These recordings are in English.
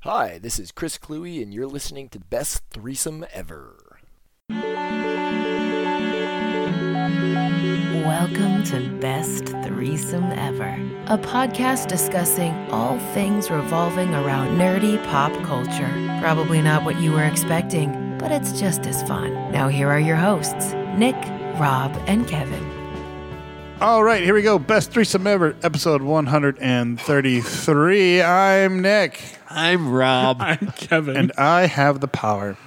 Hi, this is Chris Cluey, and you're listening to Best Threesome Ever. Welcome to Best Threesome Ever, a podcast discussing all things revolving around nerdy pop culture. Probably not what you were expecting, but it's just as fun. Now, here are your hosts Nick, Rob, and Kevin. All right, here we go. Best threesome ever, episode 133. I'm Nick, I'm Rob. I'm Kevin. and I have the power.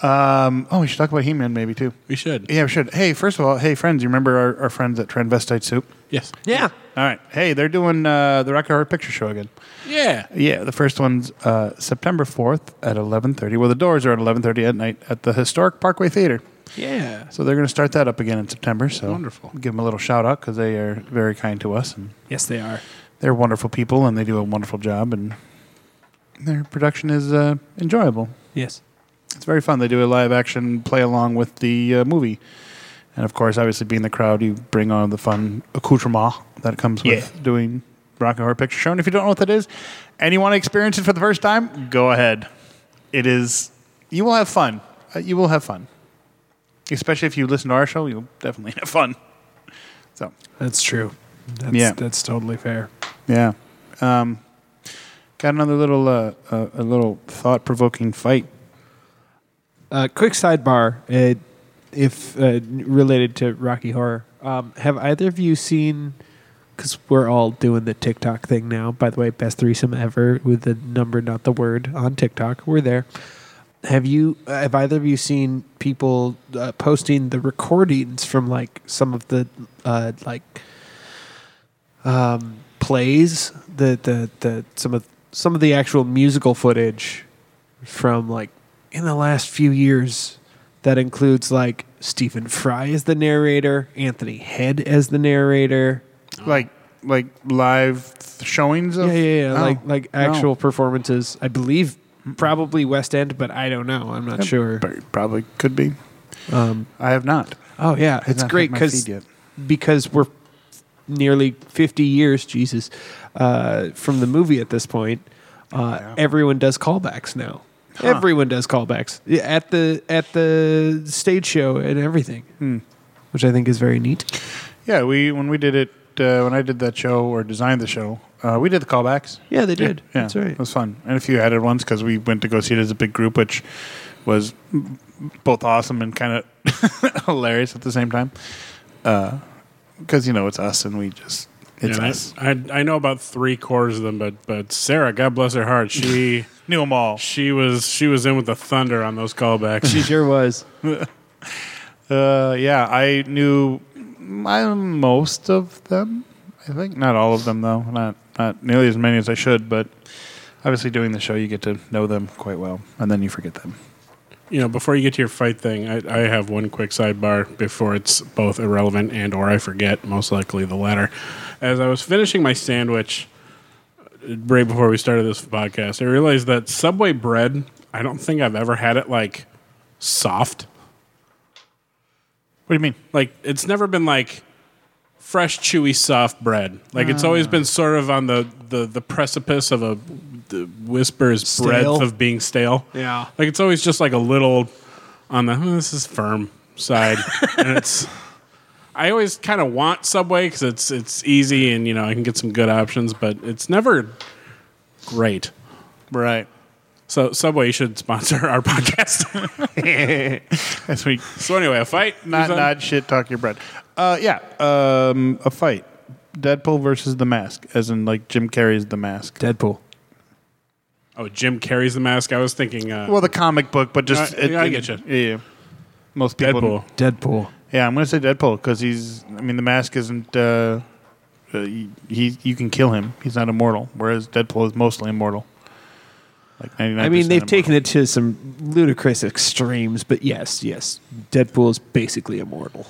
Um, oh, we should talk about He-Man maybe too. we should. Yeah, we should. Hey, first of all, hey friends, you remember our, our friends at Transvestite Soup? Yes. yeah. All right. Hey, they're doing uh, the Rocky Horror Picture Show again. Yeah. Yeah, the first one's uh, September 4th at 11:30. Well, the doors are at 11:30 at night at the historic Parkway Theater. Yeah. So they're going to start that up again in September. So Wonderful. Give them a little shout out because they are very kind to us and Yes, they are. they're wonderful people and they do a wonderful job and their production is uh, enjoyable. Yes. It's very fun. They do a live action play along with the uh, movie, and of course, obviously being the crowd, you bring all the fun accoutrement that comes with Yeah. doing Rock and Horror Picture Show. And if you don't know what that is, and you want to experience it for the first time, go ahead. It is you will have fun. Uh, you will have fun, especially if you listen to our show. You'll definitely have fun. So That's true. That's, Yeah. That's totally fair. Yeah. Um, got another little uh, uh, a little thought provoking fight. Uh, quick sidebar, uh, if uh, related to Rocky Horror, um, have either of you seen? Because we're all doing the TikTok thing now. By the way, best threesome ever with the number, not the word, on TikTok. We're there. Have you? uh, Have either of you seen people uh, posting the recordings from like some of the uh, like um, plays? The the the some of some of the actual musical footage from like in the last few years that includes like Stephen Fry as the narrator, Anthony Head as the narrator. Like like live th- showings of Yeah, yeah, yeah. Oh, like like no. actual performances. I believe probably West End, but I don't know. I'm not sure. Pr- Probably could be. Um, I have not. oh yeah, Has it's not hit great my because feed yet. because we're nearly 50 years, Jesus, uh, from the movie at this point. Uh, Yeah. Everyone does callbacks now. Everyone does callbacks Yeah, at the at the stage show and everything, which I think is very neat. Yeah, we when we did it uh, when I did that show or designed the show, uh, we did the callbacks. Yeah, they did. Yeah, That's right. It was fun, and a few added ones because we went to go see it as a big group, which was m- both awesome and kind of hilarious at the same time. Because you know it's us, and we just it's Yeah, us. I, I I know about three quarters of them, but but Sarah, God bless her heart, she Knew them all. she was she was in with the thunder on those callbacks. She sure was. Uh, yeah, I knew my, most of them. I think not all of them though. Not not nearly as many as I should, but obviously doing the show, you get to know them quite well, and then you forget them. you know, before you get to your fight thing, I, I have one quick sidebar before it's both irrelevant and or I forget, most likely the latter. As I was finishing my sandwich uh, right before we started this podcast, I realized that Subway bread. I don't think I've ever had it like soft. What do you mean? like it's never been like fresh chewy soft bread like it's Ah. always been sort of on the the, the precipice of a the whisper's Stale? breadth of being stale Yeah. like it's always just like a little on the "Hmm, this is firm side and it's i always kind of want subway because it's it's easy and you know i can get some good options but it's never great Right. so subway should sponsor our podcast As we so anyway a fight not Is that- not shit talk your bread. Uh, yeah. Um, a fight. Deadpool versus the Mask, as in like Jim Carrey's the Mask. Deadpool. oh jim carries the mask i was thinking uh, well, the comic book, but just Uh, yeah, I get you. Yeah, yeah. Most people deadpool Deadpool. Yeah, I'm gonna say Deadpool because he's. I mean, the mask isn't. Uh, uh, he, he you can kill him. He's not immortal. Whereas Deadpool is mostly immortal. Like 99. I mean, they've taken it to some ludicrous extremes, but yes, yes, Deadpool is basically immortal.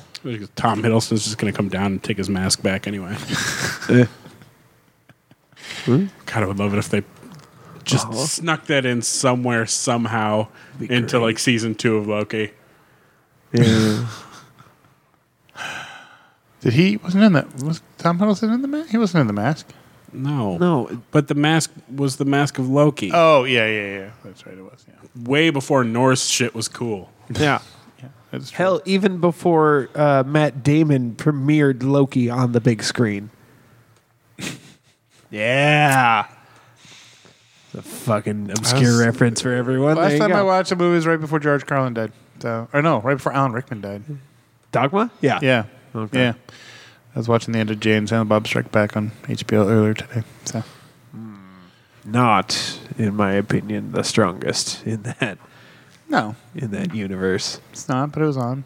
Tom Hiddleston's just going to come down and take his mask back anyway. Eh. God, I would love it if they just Oh. Uh-huh. snuck that in somewhere, somehow, Be into great. like season two of Loki. Yeah. Did he wasn't in that? Was Tom Hiddleston in the mask? He wasn't in the mask. No. No, But the mask was the mask of Loki. Oh yeah, yeah, yeah. That's right. It was. Yeah. Way before Norse shit was cool. yeah. yeah that's true. Hell, even before uh, Matt Damon premiered Loki on the big screen. yeah. It's a fucking obscure Last- reference for everyone. Last There you time go. I watched a movie was right before George Carlin died. So, or no, right before Alan Rickman died. Dogma? Yeah. Yeah. Okay. Yeah. I was watching the end of Jay and Silent Bob Strike Back on HBO earlier today. So Not, in my opinion, the strongest in that no, in that universe. it's not. But it was on.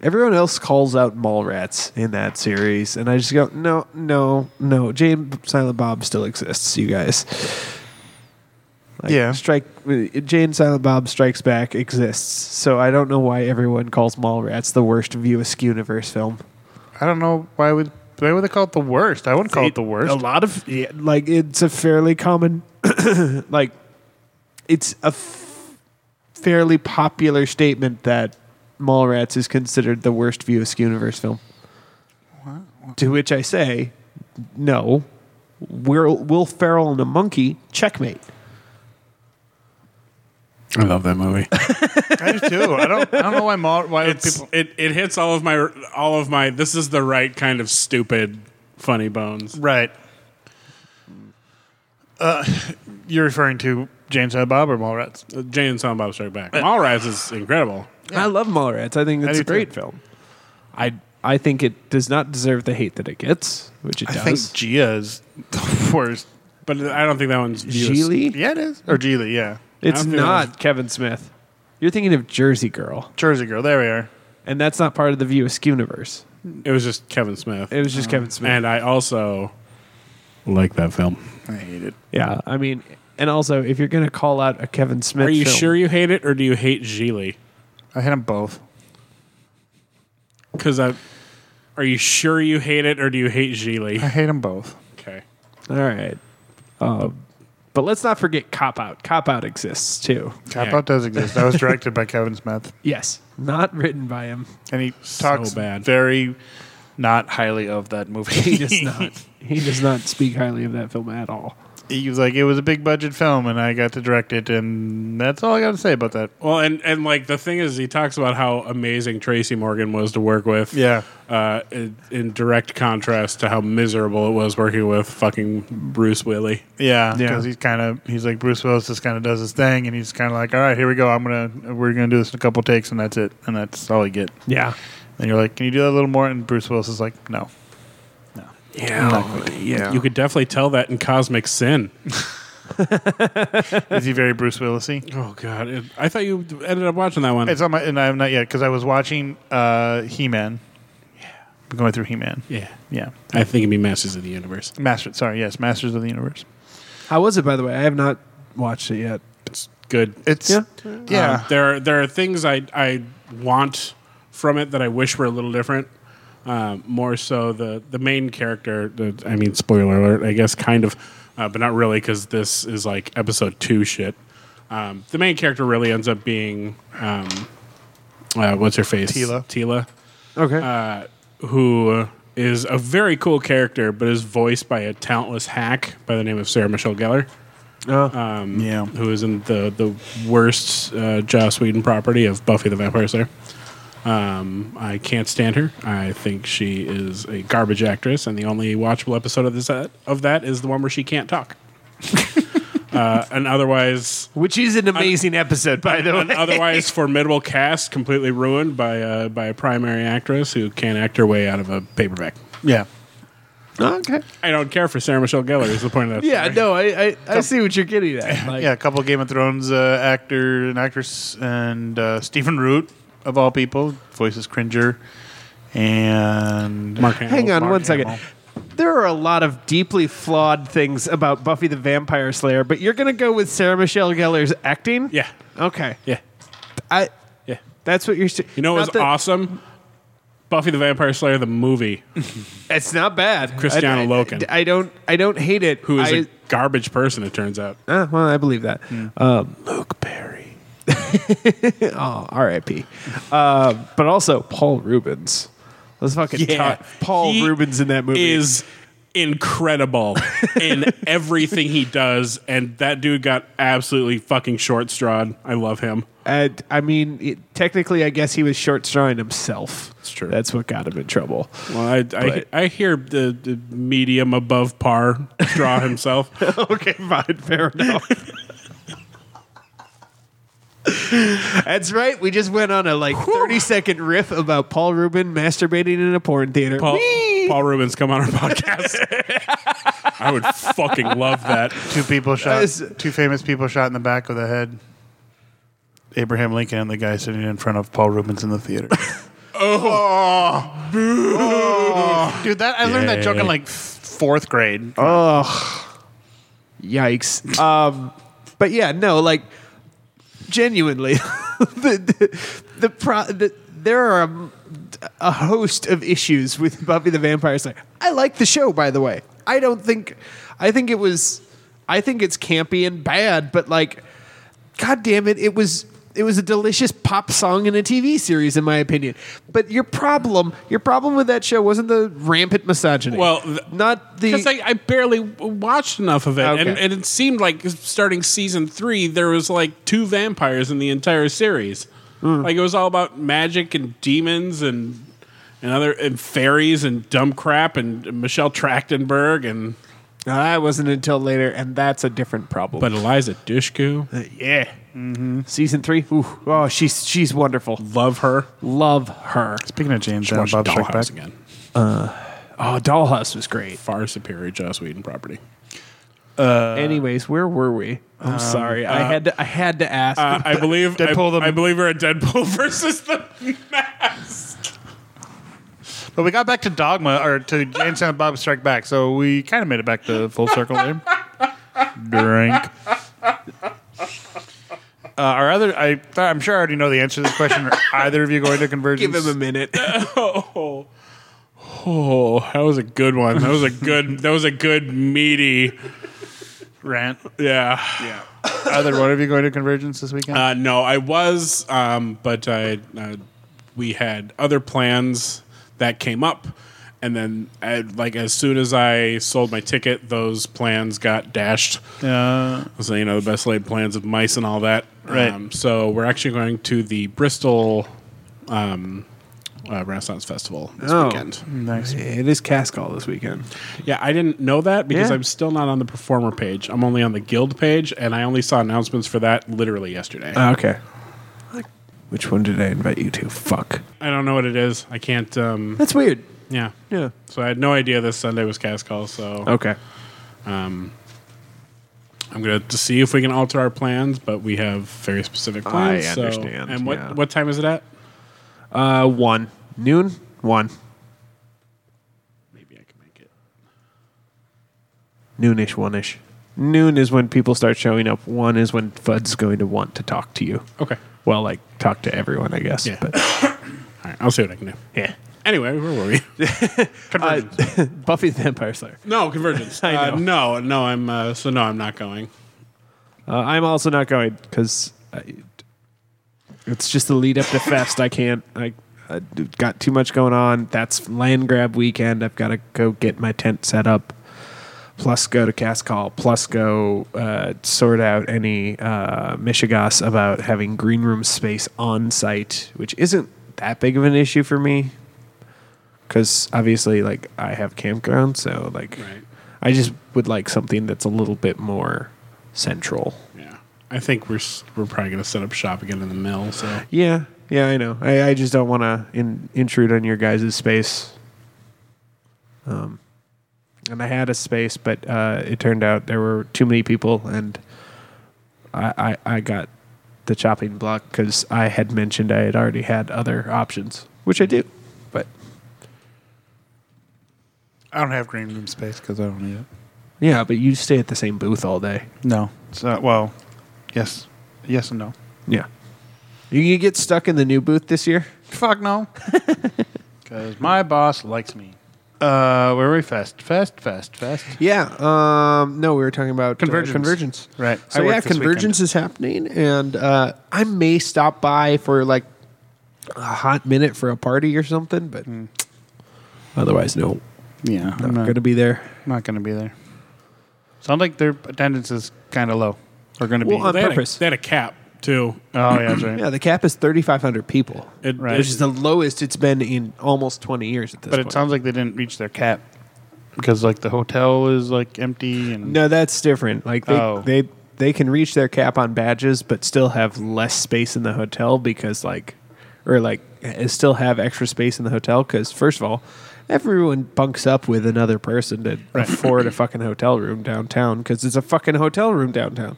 Everyone else calls out mall rats in that series, and I just go, no, no, no. Jane Silent Bob still exists, you guys. Like, Yeah. Strike Jane Silent Bob Strikes Back exists, so I don't know why everyone calls mall rats the worst View Askew universe film. I don't know why would why would they call it the worst? I wouldn't call it the A worst. lot of yeah, like it's a fairly common, like it's a f- fairly popular statement that Mallrats is considered the worst View Askew universe film. To which I say, no. We're Will Ferrell and a monkey checkmate. I love that movie. I do too. I don't. I don't know why. Mall, why would it's people? it, it hits all of my all of my this is the right kind of stupid funny bones. Right. Uh, you're referring to James and Bob or Mallrats? Uh, Jane and Silent Bob Strike Back. Mallrats is incredible. I love Mallrats. I think I it's do a great too. film. I I think it does not deserve the hate that it gets, which it I think does. Gia is the worst. But I don't think that one's viewed as- Geely? Yeah, it is. Or Geely, yeah. It's I'm feeling- not Kevin Smith. You're thinking of Jersey Girl, Jersey Girl. There we are. and that's not part of the View Askew universe. It was just Kevin Smith. It was just Kevin Smith. Oh. and I also like that film. I hate it. yeah, I mean, and also if you're gonna call out a Kevin Smith, Are you film- sure you hate it or do you hate Geely? I hate them both. Because I. Are you sure you hate it or do you hate I Geely? hate them both. Okay. All right, um, but let's not forget Cop Out. Cop Out exists too. Cop Yeah. Out does exist. That was directed by Kevin Smith, Yes, not written by him. and he talks bad. very not highly of that movie. He does not. he does not speak highly of that film at all. he was like, it was a big budget film, and I got to direct it, and that's all I got to say about that. Well, and, and like the thing is, he talks about how amazing Tracy Morgan was to work with. Yeah. Uh, in, in direct contrast to how miserable it was working with fucking Bruce Willie. Yeah, Yeah. because he's kind of he's like Bruce Willis just kind of does his thing, and he's kind of like, all right, here we go. I'm gonna we're gonna do this in a couple takes, and that's it, and that's all you get. Yeah, And you're like, can you do that a little more? And Bruce Willis is like, no. Yeah. You could definitely tell that in Cosmic Sin. Is he very Bruce Willisy? Oh, God. It, I thought you ended up watching that one. It's on my and I have not yet because I was watching uh, He Man. Yeah, going through He Man. yeah. Yeah, I think it'd be Masters of the Universe. Master. Sorry, yes, Masters of the Universe. how was it by the way? I have not watched it yet. It's good. It's Yeah. yeah, Um, there are there are things I I want from it that I wish were a little different. Um, more so the the main character. The, I mean, spoiler alert. I guess kind of, uh, but not really because this is like episode two shit. Um, the main character really ends up being um, uh, what's her face Tila. Tila, Okay, uh, who is a very cool character, but is voiced by a talentless hack by the name of Sarah Michelle Gellar yeah. who is in the the worst uh, Joss Whedon property of Buffy the Vampire Slayer. Um, I can't stand her. I think she is a garbage actress, and the only watchable episode of this of that is the one where she can't talk. uh, and otherwise, which is an amazing episode by the way. an otherwise formidable cast completely ruined by a, by a primary actress who can't act her way out of a paperback. yeah. Okay. I don't care for Sarah Michelle Gellar. Is the point of that? Yeah, story. no, I, I, I see what you're getting at. Like, yeah, a couple of Game of Thrones uh, actor and actress, and uh, Stephen Root of all people voices Cringer, and Mark Hamill. Hang on Mark one second. Hamill. There are a lot of deeply flawed things about Buffy the Vampire Slayer, but you're gonna go with Sarah Michelle Gellar's acting? Yeah, Okay. yeah, I. yeah. That's what you're. St- You know not what's that- awesome? Buffy the Vampire Slayer the movie, It's not bad. Christiana I- I- Loken. I, don't. I don't hate it. who is I, a garbage person. It turns out. Ah, well, I believe that. Hmm. Um, Luke Perry. oh, R.I.P. Uh, but also Paul Rubens. Let's fucking Yeah. talk. Paul He Rubens in that movie Is incredible in everything he does, and that dude got absolutely fucking short strawed. I love him. And, I mean, it, technically, I guess he was short strawing himself. That's true. That's what got him in trouble. Well, I I, But- I hear the, the medium above par straw himself. okay, fine, fair enough. That's right. We just went on a like thirty second riff about Paul Rubin masturbating in a porn theater. Paul, Paul Rubens, come on our podcast. I would fucking love that. Two people shot. is- Two famous people shot in the back of the head. Abraham Lincoln and the guy sitting in front of Paul Rubens in the theater. oh, dude! That I learned that joke in like fourth grade. Yikes. Um, but yeah, no, like genuinely, the the, the, pro, the there are a, a host of issues with Buffy the Vampire Slayer. I like the show, by the way. I don't think I think it was I think it's campy and bad, but like, god damn it, it was. It was a delicious pop song in a TV series, in my opinion. But your problem, your problem with that show wasn't the rampant misogyny. Well, th- not the Because I, I barely w- watched enough of it, Okay. and, and it seemed like starting season three, there was like two vampires in the entire series. Hmm. Like it was all about magic and demons and and other and fairies and dumb crap and Michelle Trachtenberg and No, that wasn't until later, and that's a different problem. Uh, but Eliza Dushku, yeah, Mm-hmm. season three. Ooh, oh, she's she's wonderful. love her. Love her. Speaking of James and Watch Bob Dollhouse Strike Back, again. Oh, Dollhouse was great. Far superior Joss Whedon property. Anyways, where were we? Uh, I'm sorry, uh, I had to I had to ask. Uh, I believe Deadpool I, the- I believe we're at Deadpool versus the but we got back to Dogma or to James and Bob Strike Back, so we kind of made it back to full circle there. Drink. Uh, our other, I, I'm sure I already know the answer to this question. Are either of you going to convergence? Give him a minute. Oh, oh, that was a good one. That was a good. that was a good meaty. rant. Yeah. Either one of you going to convergence this weekend? Uh, no, I was, um, but I uh, we had other plans that came up, and then I, like as soon as I sold my ticket, those plans got dashed. Uh, So you know the best laid plans of mice and all that. Um, Right. so we're actually going to the Bristol um, uh, Renaissance Festival this Oh. weekend. nice. it is cast call this weekend. Yeah, I didn't know that because Yeah. I'm still not on the performer page. I'm only on the guild page, and I only saw announcements for that literally yesterday. Uh, okay. Which one did I invite you to? Fuck. I don't know what it is. I can't. Um, That's weird. yeah. Yeah. So I had no idea this Sunday was cast call. So Okay. I'm gonna to see if we can alter our plans, but we have very specific plans. so- understand, and what yeah. what time is it at? Uh, one noon. One Maybe I can make it. noonish. One ish. Noon is when people start showing up. One is when Fud's going to want to talk to you. Okay. Well, like talk to everyone, I guess. Yeah. But All right. I'll see what I can do. yeah. Anyway, where were we? Convergence. Uh, Buffy the Vampire Slayer. no, convergence. I Uh, no, no. I'm uh, so no. I'm not going. Uh, I'm also not going because it's just the lead up to Fest. I can't. I, I d- got too much going on. That's land grab weekend. I've got to go get my tent set up. Plus, go to Cast Call. Plus, go uh, sort out any uh, Michigas about having green room space on site, which isn't that big of an issue for me. Because obviously, like I have campground, so like Right. I just would like something that's a little bit more central. Yeah. I think we're s- we're probably gonna set up shop again in the mill. So Yeah, yeah, I know. I, I just don't want to in, intrude on your guys' space. Um, and I had a space, but uh, it turned out there were too many people, and I I, I got the chopping block because I had mentioned I had already had other options, which I do. But I don't have green room space because I don't need it. yeah, but you stay at the same booth all day. No. So, well, yes. Yes and no. Yeah, you, you get stuck in the new booth this year. Fuck no. Because my boss likes me. Uh, where are we? Fest, fest, fest, fest. Yeah. Um, no, we were talking about uh, Convergence. convergence. Right. So I work yeah, this convergence is happening, and uh, I may stop by for like Hmm. a hot minute for a party or something, but otherwise, no. Yeah, Not I'm not, going to be there. not going to be there. Sounds like their attendance is kind of low. They're going to Well, be. on they, had a, purpose. they had a cap too. oh yeah, that's right. Yeah, the cap is 3,500 people, It, Right. which it's- is the lowest it's been in almost 20 years at this But point. it sounds like they didn't reach their cap because like the hotel is like empty and no, that's different. Like they, Oh. they they can reach their cap on badges, but still have less space in the hotel because like, or like, eh, still have extra space in the hotel because first of all, everyone bunks up with another person to afford a fucking hotel room downtown because it's a fucking hotel room downtown.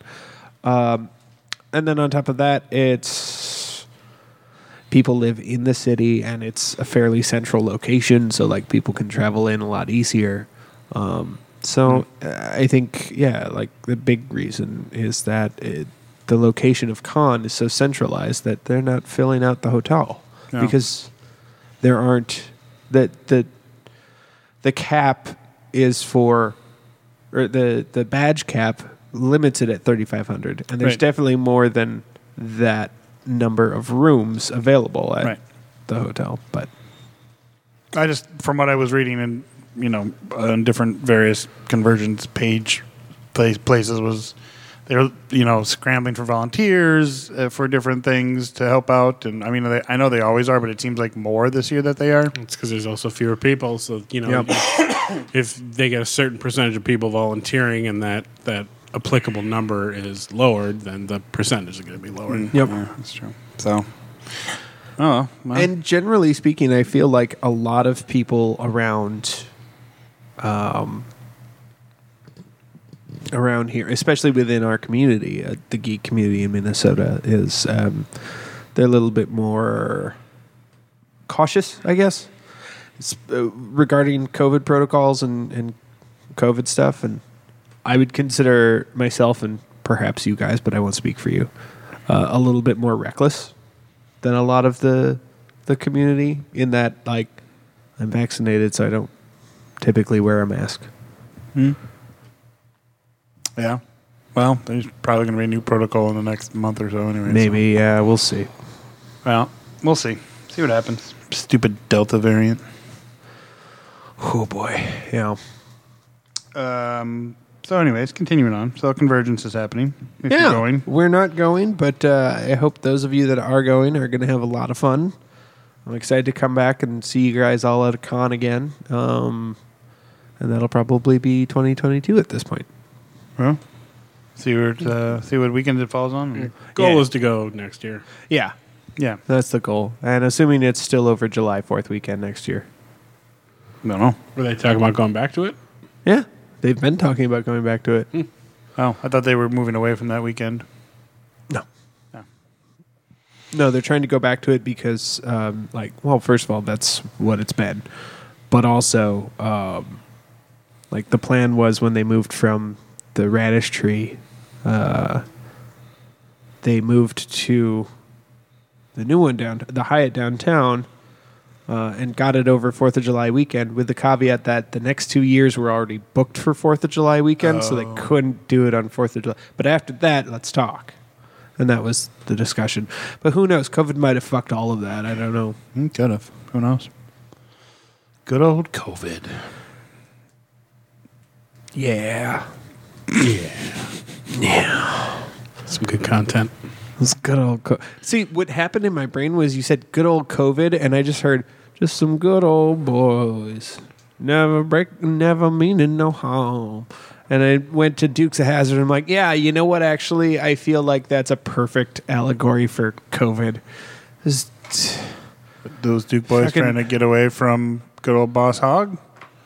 Um, and then on top of that, it's people live in the city and it's a fairly central location, so like people can travel in a lot easier. Um, so uh, I think yeah, like the big reason is that it, the location of Con is so centralized that they're not filling out the hotel No. because there aren't that the the cap is for or the the badge cap limits it at 3500 and there's Right. definitely more than that number of rooms available at Right. the hotel but I just from what I was reading and you know on different various conversions page place, places was they were you know scrambling for volunteers uh, for different things to help out and I mean they, I know they always are but it seems like more this year that they are It's because there's also fewer people, so you know, if they get a certain percentage of people volunteering, and that that applicable number is lowered, then the percentage is going to be lowered. yep that's true so oh well, and generally speaking i feel like a lot of people around um around here especially within our community uh, the geek community in minnesota is um they're a little bit more cautious i guess it's, uh, regarding covid protocols and and covid stuff and i would consider myself and perhaps you guys but i won't speak for you uh, a little bit more reckless than a lot of the the community in that like I'm vaccinated so I don't typically wear a mask. yeah well there's probably going to be a new protocol in the next month or so anyway so- Maybe yeah, we'll see. well we'll see see what happens stupid Delta variant. Oh boy. Yeah. Um, so, anyways, continuing on. So, convergence is happening. If yeah. you're going. We're not going, but uh, I hope those of you that are going are going to have a lot of fun. I'm excited to come back and see you guys all at a con again. Um, and that'll probably be 2022 at this point. Well, see what uh, see what weekend it falls on. Goal Yeah. is to go next year. Yeah. Yeah, That's the goal. And assuming it's still over July 4th weekend next year. I don't know. Were they talking about going back to it? Yeah. They've been talking about going back to it. Oh, I thought they were moving away from that weekend. No. No. No, they're trying to go back to it because, um, like, well, first of all, that's what it's been, but also, um, like, the plan was when they moved from the radish tree, uh, they moved to the new one down, the Hyatt downtown, uh, and got it over Fourth of July weekend with the caveat that the next two years were already booked for Fourth of July weekend, so they couldn't do it on Fourth of July. But after that, let's talk. And that was the discussion. But who knows? COVID might have fucked all of that. I don't know. Hmm, Could have. Who knows? Good old COVID. Yeah. Some good content. It was good old co- See, what happened in my brain was you said good old COVID, and I just heard just some good old boys. Never break, never meaning no harm. And I went to Dukes of Hazard. I'm like, yeah, you know what? Actually, I feel like that's a perfect allegory for COVID. Just- Those Duke boys Fucking- trying to get away from good old Boss Hog.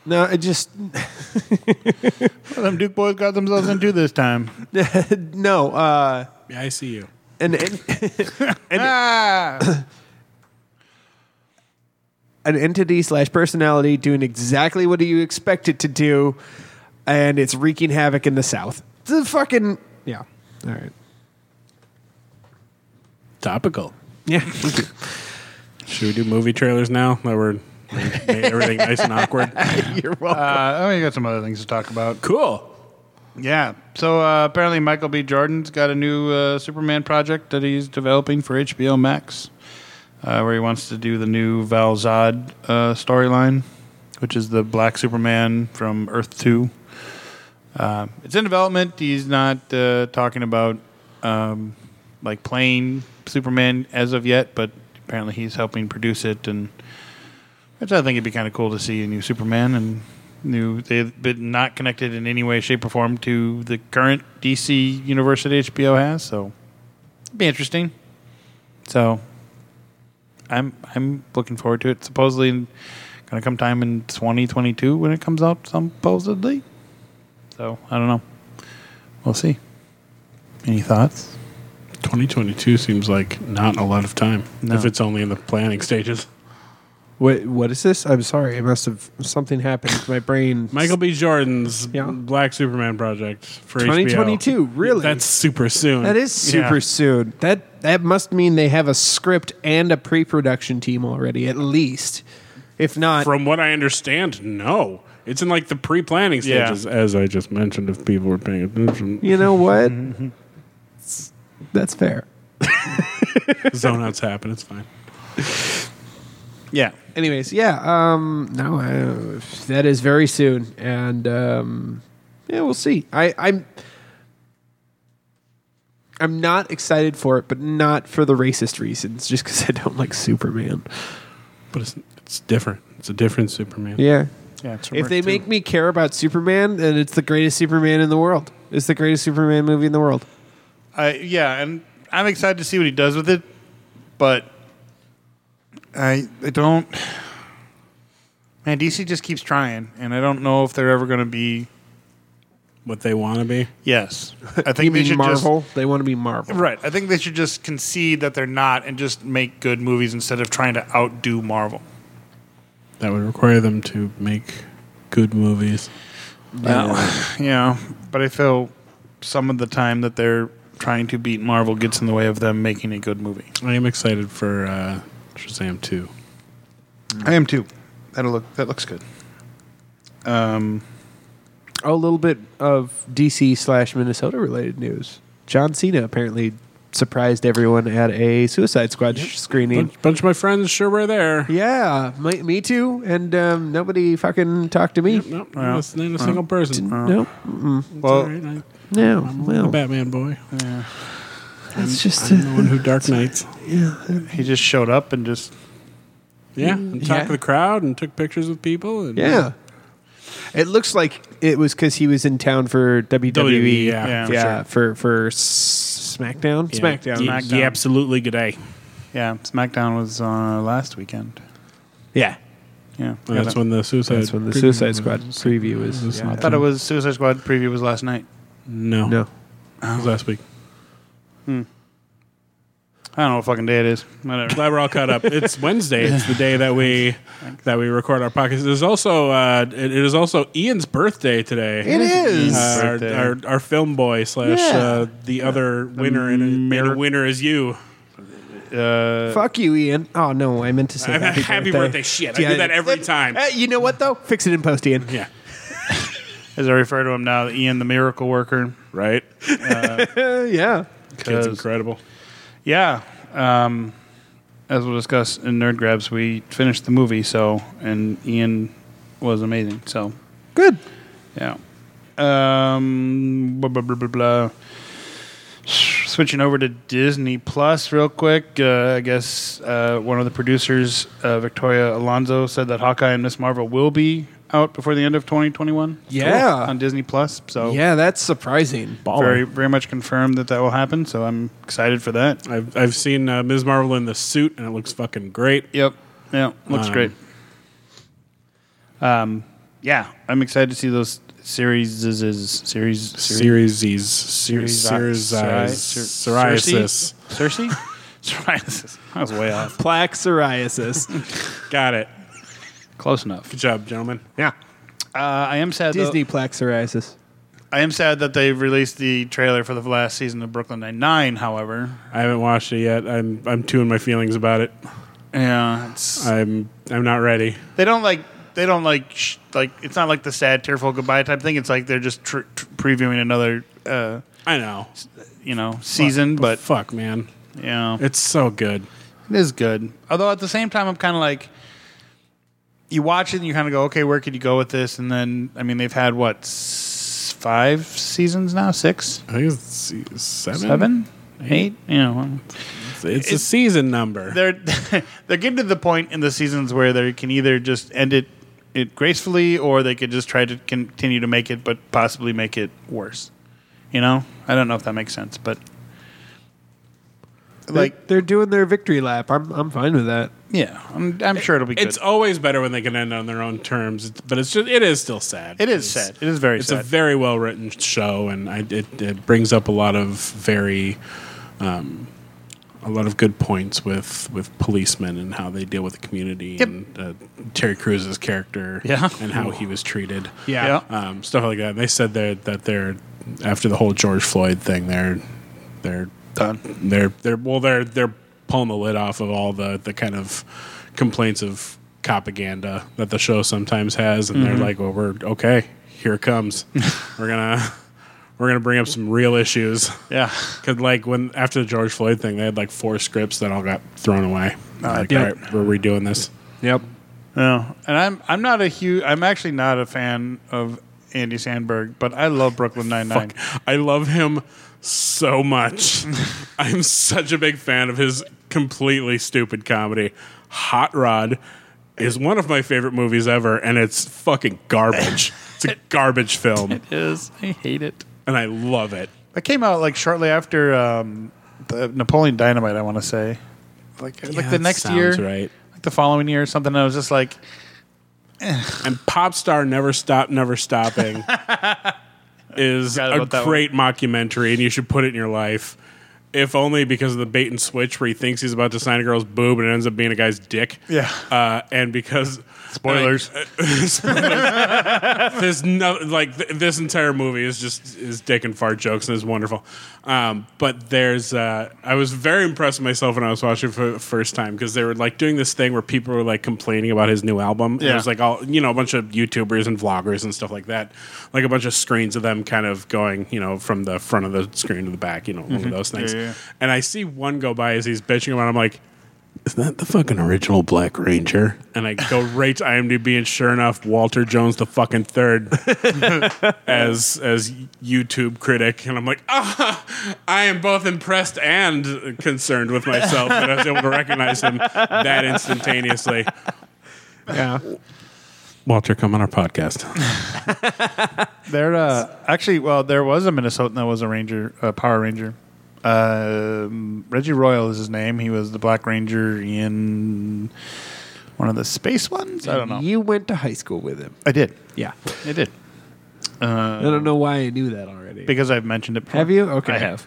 no, it just Well, them Duke boys got themselves into this time. no. Uh, Yeah, I see you. and, and Ah! an entity slash personality doing exactly what you expect it to do, and it's wreaking havoc in the South. The fucking yeah. All right. Topical. Yeah. Should we do movie trailers now that we're made everything nice and awkward? You're welcome. uh, oh, you got some other things to talk about. Cool. Yeah. So uh, apparently, Michael B. Jordan's got a new uh, Superman project that he's developing for HBO Max, uh, where he wants to do the new Val Zod uh, storyline. which is the Black Superman from Earth Two. Uh, it's in development. He's not uh, talking about um, like playing Superman as of yet, but apparently he's helping produce it, and which I think it'd be kind of cool to see a new Superman and new. They've been not connected in any way, shape, or form to the current DC universe that HBO has, so it'd be interesting. So I'm I'm looking forward to it. Supposedly going to come time in 2022 when it comes out supposedly. So, I don't know. We'll see. Any thoughts? 2022 seems like not a lot of time No. if it's only in the planning stages. What what is this? I'm sorry. I must have something happened. to My brain. Michael B. Jordan's Yeah. Black Superman project for 2022, HBO. really? That's super soon. That is super Yeah. soon. That that must mean they have a script and a pre-production team already, at least. If not, From what I understand, no. It's in like the pre-planning Yeah. stages, as I just mentioned. If people were paying attention, you know what? That's fair. zone outs happen. It's fine. Yeah. Anyways, yeah. Um, no, I, that is very soon, and um, yeah, we'll see. I, I'm I'm not excited for it, but not for the racist reasons. Just because I don't like Superman. But it's it's different. It's a different Superman. Yeah. Yeah, it's from If Earth they two. make me care about Superman, then it's the greatest Superman in the world. It's the greatest Superman movie in the world. I yeah, and I'm excited to see what he does with it, but I I don't. Man, DC just keeps trying, and I don't know if they're ever going to be. What they want to be. Yes, I think You they mean should Marvel? they want to be Marvel. just right. I think they should just concede that they're not, and just make good movies instead of trying to outdo Marvel. That would require them to make good movies. Yeah, yeah. But I feel some of the time that they're trying to beat Marvel gets in the way of them making a good movie. I am excited for uh, Shazam 2. I am too. That'll look. That looks good. Um, Oh, a little bit of DC slash Minnesota related news. John Cena apparently surprised everyone at a Suicide Squad sh- screening. Bunch, bunch of my friends sure were there. Yeah, my, me too. And um, nobody fucking talked to me. Nope, not a- not a single person. No, It's Well- all right. I- no. I'm a well, Batman boy. that's just I'm the one who Dark Knights. He just showed up and just Yeah, and talked yeah. to the crowd and took pictures with people. And yeah. It looks like it was because he was in town for WWE. WWE, E, yeah. Yeah, yeah, for for S- SmackDown. Yeah. SmackDown. Yeah, SmackDown. yeah, absolutely. Good day. Yeah, SmackDown was uh, last weekend. Yeah, Yeah, that's when the suicide. that's when the Suicide Squad preview was. It's I not thought it was Suicide Squad preview was last night. No, No, it was last week. I don't know what fucking day it is. Whatever. Glad we're all caught up. It's Wednesday. It's the day that we that we record our podcast. There's also uh, it- it is also Ian's birthday today. it is. Uh, our, Birthday. our, our film boy slash Yeah. uh, the other winner in it. Made a mirac- winner is you. Uh, Fuck you, Ian. Oh no, I meant to say I'm- happy, happy birthday. Shit, I do that every time. eh, you know what though? Fix it in post, Ian. Yeah, as I refer to him now, Ian the Miracle Worker. right. Uh, yeah. It's 'Cause- incredible. Yeah. Um, as we'll discuss in Nerd Grabs, we finished the movie, so and Ian was amazing. So Good. yeah. Um, blah blah blah blah. blah. Switching over to Disney Plus real quick. Uh, I guess uh, one of the producers, uh, Victoria Alonso, said that Hawkeye and Miss Marvel will be out before the end of 2021. Yeah. on Disney Plus. So Yeah, that's surprising. very very much confirmed that that will happen. So I'm excited for that. I've I've seen uh, Ms. Marvel in the suit, and it looks fucking great. Yep. Yeah, looks Um, great. Um, yeah, I'm excited to see those series. Is series Series series psoriasis. Cersei? Psoriasis. I was way off. Plaque psoriasis. Got it. Close enough. Good job, gentlemen. yeah. Uh, I am sad. though- Disney plaque psoriasis. I am sad that they released the trailer for the last season of Brooklyn Nine Nine. However, I haven't watched it yet. I'm I'm two in my feelings about it. yeah, it's I'm I'm not ready. they don't like they don't like sh- like it's not like the sad tearful goodbye type thing. It's like they're just tr- tr- previewing another uh, I know. you know season, but fuck, man, yeah, it's so good. It is good. Although at the same time, I'm kind of like, you watch it and you kind of go, okay, where could you go with this? And then, I mean, they've had what s- five seasons now, six, I think it's se- seven. seven, eight. You know, It's, it's a season number. they're they're getting to the point in the seasons where they can either just end it it gracefully or they could just try to continue to make it, but possibly make it worse. You know, I don't know if that makes sense, but like, Like they're doing their victory lap. I'm I'm fine with that. yeah, I'm, I'm sure it'll be good. It's always better when they can end on their own terms, it's, but it's just it is still sad. It is It's- sad. It is very It's a sad. very well written show, and I, it it brings up a lot of very, um, a lot of good points with with policemen and how they deal with the community Yep. and uh, Terry Cruz's character, Yeah. and how he was treated, Yeah. um, stuff like that. And they said there that they're after the whole George Floyd thing, they're they're Done. They're they're well they're they're pulling the lid off of all the the kind of complaints of propaganda that the show sometimes has, and they're like, well, we're okay. Here it comes. we're gonna we're gonna bring up some real issues. yeah. Cause like when after the George Floyd thing, they had like four scripts that all got thrown away. like, yeah. all right, we're redoing this. Yep. No, and I'm I'm not a huge I'm actually not a fan of Andy Sandberg, but I love Brooklyn Nine Nine. I love him so much. I'm such a big fan of his completely stupid comedy. Hot Rod is one of my favorite movies ever, and it's fucking garbage. it's a garbage film, Is I hate it. and I love it. That came out like shortly after um, the Napoleon Dynamite. I want to say, like like Yeah, the that next sounds year, right? like the following year or something. I was just like, And Popstar Never Stop Never Stopping is Forgot a about that great mockumentary, and you should put it in your life. If only because of the bait and switch where he thinks he's about to sign a girl's boob and it ends up being a guy's dick. Yeah. Uh, and because Spoilers. there's no like th- this entire movie is just is dick and fart jokes and it's wonderful. Um, but there's uh, I was very impressed with myself when I was watching for the first time because they were like doing this thing where people were like complaining about his new album. And Yeah. It was like all you know a bunch of YouTubers and vloggers and stuff like that, like a bunch of screens of them kind of going you know from the front of the screen to the back, you know one of those things. Mm-hmm. Yeah, yeah. And I see one go by as he's bitching about. it, I'm like is that the fucking original Black Ranger? And I go right to IMDb, and sure enough, Walter Jones the fucking third as as YouTube critic, and I'm like, ah, I am both impressed and concerned with myself that I was able to recognize him that instantaneously. Yeah. Walter, come on our podcast. there uh, actually, well, there was a Minnesotan that was a Ranger, a Power Ranger. Um, Reggie Royal is his name. He was the Black Ranger in one of the space ones. I don't know. You went to high school with him. I did. Yeah. I did I don't know why I knew that already. because I've mentioned it. Before. have you? Okay. I have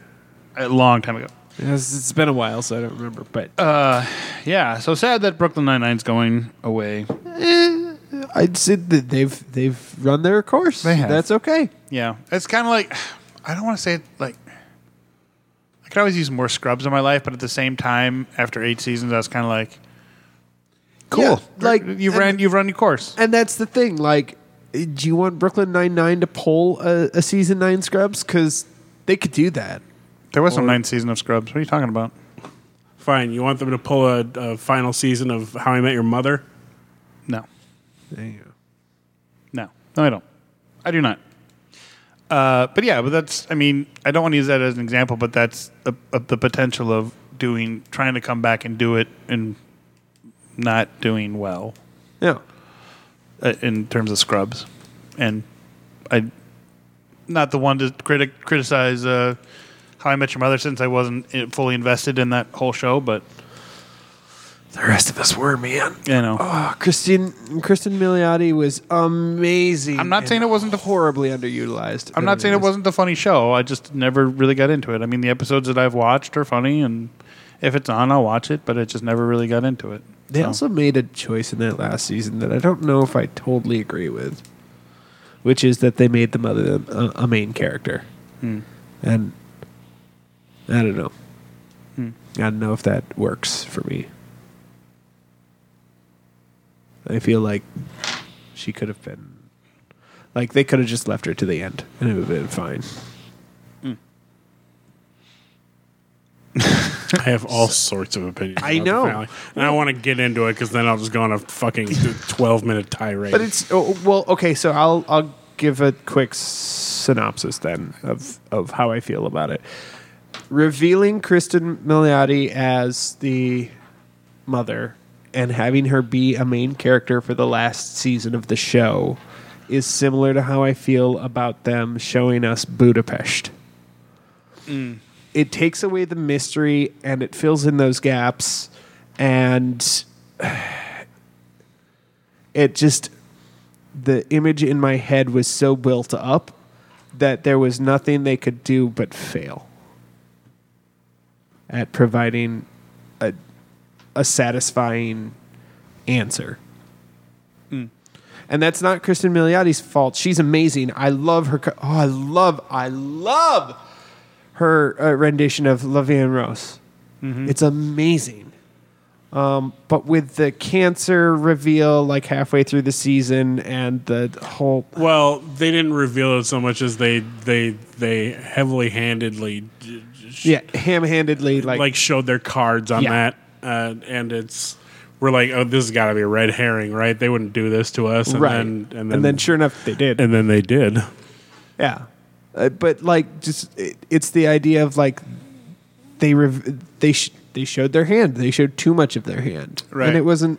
a long time ago. It's- it's been a while, so I don't remember. But Uh, Yeah, so sad that Brooklyn Nine Nine's going away. I'd say that they've they've run their course. They have. That's okay. Yeah, it's kind of like I don't want to say it, like I could always use more scrubs in my life, but at the same time, after eight seasons, I was kind of like, cool, Yeah, like- you've ran you've run your course. And that's the thing. Like, do you want Brooklyn Nine Nine to pull a, a season nine Scrubs? Because they could do that. There was some ninth season of Scrubs. What are you talking about? Fine, you want them to pull a, a final season of How I Met Your Mother? No, There you go. no, no, I don't. I do not. Uh, but yeah, but that's I mean I don't want to use that as an example, but that's a, a, the potential of doing trying to come back and do it and not doing well. Yeah. uh, in terms of Scrubs, and I, not the one to critic criticize uh, How I Met Your Mother since I wasn't i- fully invested in that whole show, but The rest of us were, man. you know, Oh, Christine Kristen Milioti was amazing. I'm not and saying it wasn't the- horribly underutilized. I'm not saying it wasn't a funny show. I just never really got into it. I mean, the episodes that I've watched are funny, and if it's on, I'll watch it, but I just never really got into it. They So, also made a choice in that last season that I don't know if I totally agree with, which is that they made the mother a, a main character, and I don't know. I don't know if that works for me. I feel like she could have been, like they could have just left her to the end, and it would have been fine. I have all sorts of opinions. I about the know. finale. and I want to get into it because then I'll just go on a fucking twelve minute tirade. But it's oh, well, okay. So I'll I'll give a quick synopsis then of of how I feel about it. Revealing Kristen Milioti as the mother and having her be a main character for the last season of the show is similar to how I feel about them showing us Budapest. It takes away the mystery and it fills in those gaps and it just the image in my head was so built up that there was nothing they could do but fail at providing a, a satisfying answer. And that's not Kristen Miliotti's fault. She's amazing. I love her. co- Oh, I love, I love her uh, rendition of La Vie en Rose. It's amazing but with the cancer reveal like halfway through the season and the whole Well, they didn't reveal it so much as they they they heavily handedly yeah ham-handedly like, like, showed their cards on Yeah. that, uh, and it's we're like, oh, this has got to be a red herring, right? They wouldn't do this to us, and right Then, and then sure enough they did and then they did. yeah uh, but like just it, it's the idea of like they rev- they sh- they showed their hand they showed too much of their hand Right. and it wasn't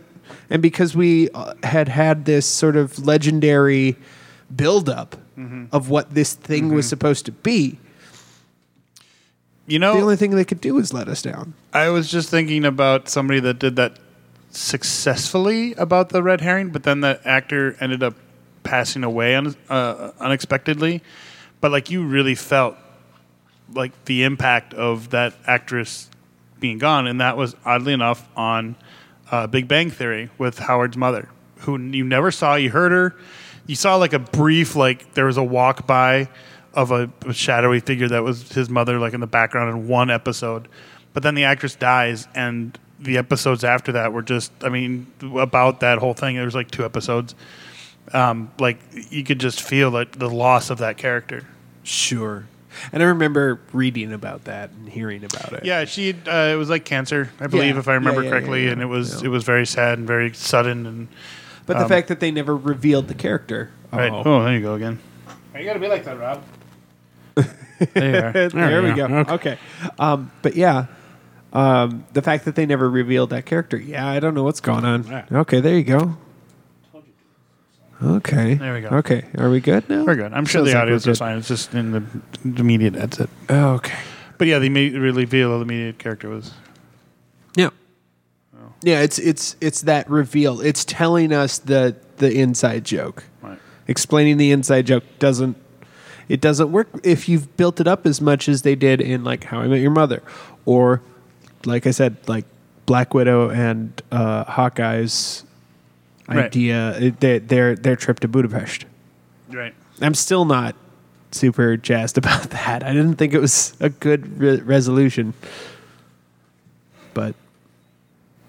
and because we uh, had had this sort of legendary buildup of what this thing was supposed to be You the know, only thing they could do was let us down I was just thinking about somebody that did that successfully about the red herring, but then the actor ended up passing away un- uh, unexpectedly. But like you really felt like the impact of that actress being gone, and that was oddly enough on uh, Big Bang Theory with Howard's mother, who you never saw. You heard her. You saw like a brief, like there was a walk by of a, a shadowy figure that was his mother, like in the background in one episode. But then the actress dies, and the episodes after that were just, I mean, about that whole thing. There was like two episodes. Um, like you could just feel like the loss of that character. Sure. And I remember reading about that and hearing about it. Yeah, she uh, it was like cancer, I believe, Yeah. if I remember Yeah, yeah, yeah, correctly, yeah. and it was Yeah. it was very sad and very sudden and But the fact that they never revealed the character. right. Oh. Oh, there you go again. Are you gonna be like that, Rob? There you are. There, we we go. go. Okay. Um, but yeah, um, the fact that they never revealed that character. Yeah, I don't know what's going on. Yeah. Okay, there you go. Okay. There we go. Okay. Are we good now? We're good. I'm sure the Sounds like audio is we're just good. fine. It's just in the, the immediate exit. Okay. But yeah, the immediate reveal of the immediate character was Yeah. Oh. Yeah, it's it's it's that reveal. It's telling us the the inside joke. right. explaining the inside joke doesn't it doesn't work if you've built it up as much as they did in like how i met your mother or like i said like black widow and uh, hawkeye's Right. idea it- their, their their trip to budapest Right. i'm still not super jazzed about that i didn't think it was a good re- resolution but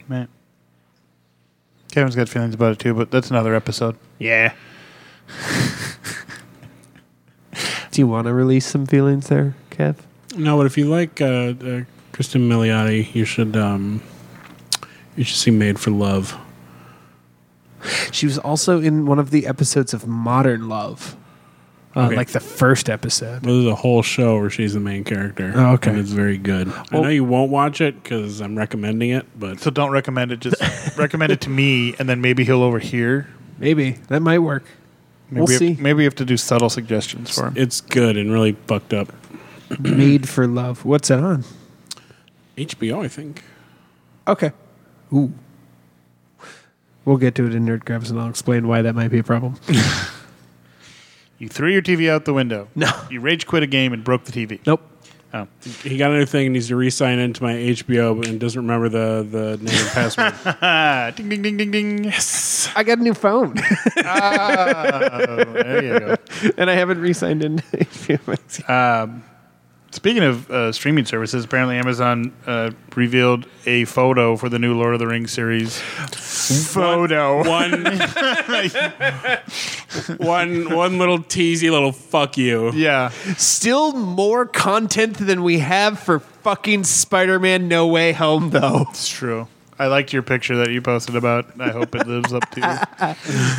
Right. Kevin's got feelings about it too, but that's another episode. yeah do you want to release some feelings there kev No, but if you like uh, uh, Kristen Milioti, you should um, you should see Made for Love. She was also in one of the episodes of Modern Love, uh, Okay. like the first episode. Well, there's a whole show where she's the main character. Oh, okay. and it's very good. I Well- know you won't watch it because I'm recommending it, but So don't recommend it. Just recommend it to me, and then maybe he'll overhear. Maybe that might work. Maybe we'll see. Maybe we have to do subtle suggestions for him. it's good and really fucked up. Made for Love. What's it on? HBO, I think. Okay. Ooh. We'll get to it in Nerd Grabs, and I'll explain why that might be a problem. You threw your TV out the window. No. You rage quit a game and broke the TV. nope. Oh. He got a new thing and needs to re-sign into my HBO and doesn't remember the the name and password. Ah, ding, ding, ding, ding, ding. Yes. I got a new phone, There you go. and I haven't re-signed in. Speaking of uh, streaming services, apparently Amazon uh, revealed a photo for the new Lord of the Rings series. Photo. One one one little teasy little fuck you. Yeah. Still more content than we have for fucking Spider Man No Way Home, though. It's true. I liked your picture that you posted about. I hope it lives up to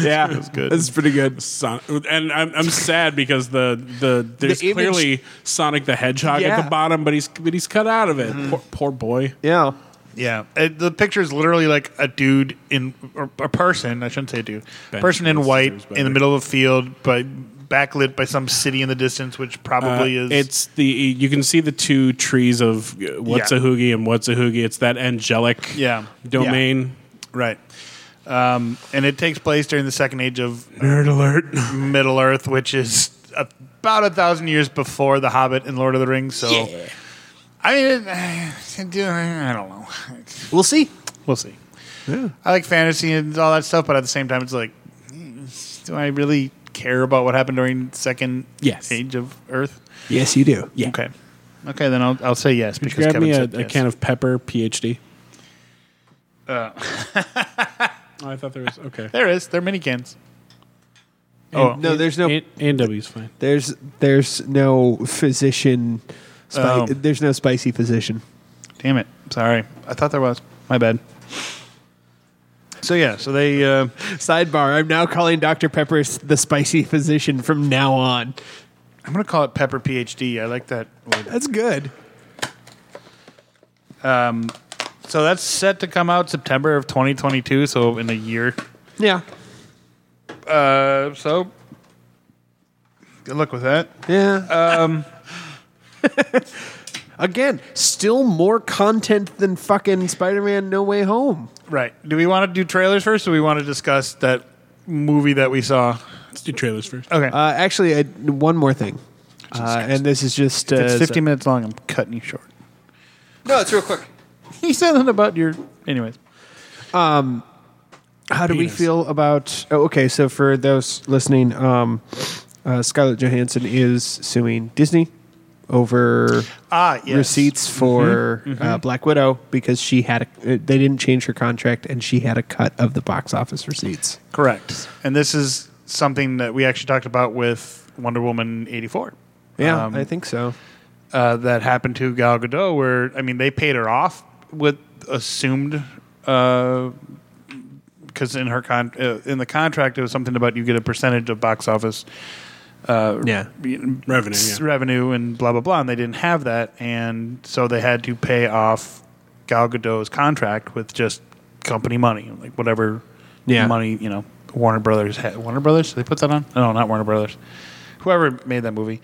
Yeah. was good. It's pretty good. Son- and I'm, I'm sad because the the there's image- clearly Sonic the Hedgehog Yeah. at the bottom, but he's but he's cut out of it. Poor, poor boy. Yeah. Yeah, it, the picture is literally like a dude in or a person. I shouldn't say dude. Ben person in Schwartz white deserves in the better. middle of a field, but backlit by some city in the distance, which probably Uh, is. It's the you can see the two trees of uh, what's Yeah. a hoogie and what's a hoogie. It's that angelic Yeah. domain. right, um, and it takes place during the Second Age of Nerd alert! Middle Earth, which is about a thousand years before The Hobbit and Lord of the Rings. So, I mean, it- I don't know. We'll see. We'll see. I like fantasy and all that stuff, but at the same time, it's like, do I really care about what happened during second Yes. age of Earth? Yes, you do. Yeah. Okay, okay, then I'll, I'll say yes because Grab Kevin me a, said a yes. Uh. can of pepper, PhD. oh, I thought there was okay. There is. There are mini cans. Oh, No, there's no and, and W's fine. there's there's no physician. Spi- Oh. There's no spicy physician. Damn it! Sorry, I thought there was. My bad. So yeah, so they. Uh, Sidebar I'm now calling Dr. Pepper s- the spicy physician from now on. I'm gonna call it Pepper PhD. I like that word. That's good. So that's set to come out September of 2022. So in a year. Yeah. Uh, so good luck with that. Yeah. Um. Again, still more content than fucking Spider Man No Way Home. Right. Do we want to do trailers first, or we want to discuss that movie that we saw? Let's do trailers first. Okay. Uh, actually, I, one more thing, uh, and this is just uh, it's 50 minutes long. I'm cutting you short. No, it's real quick. You said something about your. Anyways. How do penis. we feel about? Oh, okay, so for those listening, um, uh, Scarlett Johansson is suing Disney over Ah, yes. Mm-hmm. receipts for Uh, Black Widow because she had a, uh, they didn't change her contract and she had a cut of the box office receipts. Correct. And this is something that we actually talked about with Wonder Woman 84. Yeah, Um, I think so. uh, that happened to Gal Gadot, where I mean they paid her off with assumed because in her con- uh, in the contract it was something about you get a percentage of box office Yeah, Revenue. s- Yeah. revenue and blah blah blah, and they didn't have that, and so they had to pay off Gal Gadot's contract with just company money, like whatever Yeah. money you know Warner Brothers had. Warner Brothers they put that on? No, not Warner Brothers. Whoever made that movie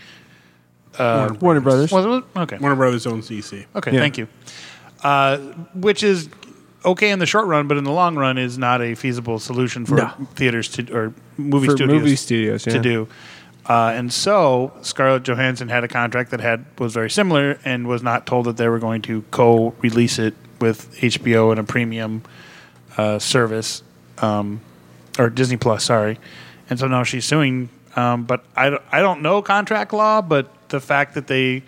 Warner Brothers. was it? Okay, Warner Brothers owns DC. Okay, Yeah. thank you. Uh, which is okay in the short run, but in the long run is not a feasible solution for No. theaters to or movie For studios movie studios, to yeah. do. Uh, and so Scarlett Johansson had a contract that had was very similar and was not told that they were going to co-release it with HBO and a premium uh, service um, or Disney Plus, sorry. And so now she's suing. Um, but I, don't- I don't know contract law, but the fact that they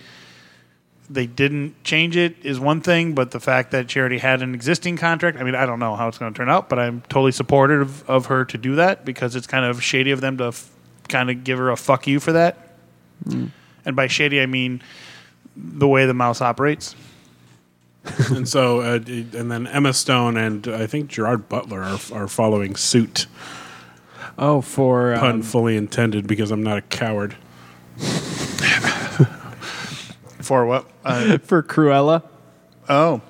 they didn't change it is one thing, but the fact that she already had an existing contract, I mean, I don't know how it's going to turn out, but I'm totally supportive of her to do that because it's kind of shady of them to f- kind of give her a fuck you for that. Hmm. And by shady, I mean the way the mouse operates. and so, uh, d- and then Emma Stone and uh, I think Gerard Butler are, are following suit. Oh, for Pun um, fully intended because I'm not a coward. For what? Uh, for Cruella, oh,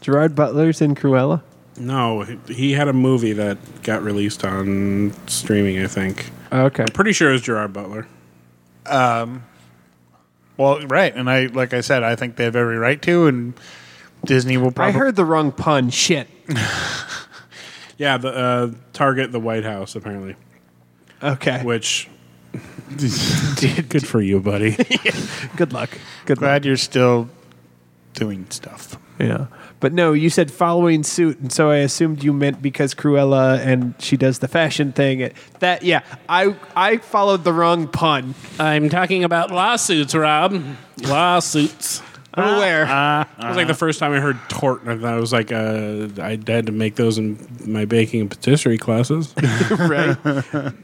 Gerard Butler's in Cruella. No, he- he had a movie that got released on streaming. I think. Okay, Pretty sure it was Gerard Butler. well, right. And I, like I said, I think they have every right to, and Disney will I probably. heard the wrong pun. Shit. Yeah, the uh, Target, the White House, apparently. Okay. Which, good for you, buddy. Good luck. Good luck. glad you're still doing stuff. Yeah. But no, you said following suit, and so I assumed you meant because Cruella and she does the fashion thing. That yeah, I I followed the wrong pun. I'm talking about lawsuits, Rob. Lawsuits. Uh, I'm aware. It was like the first time I heard tort, and I was like, uh, I had to make those in my baking and patisserie classes. right?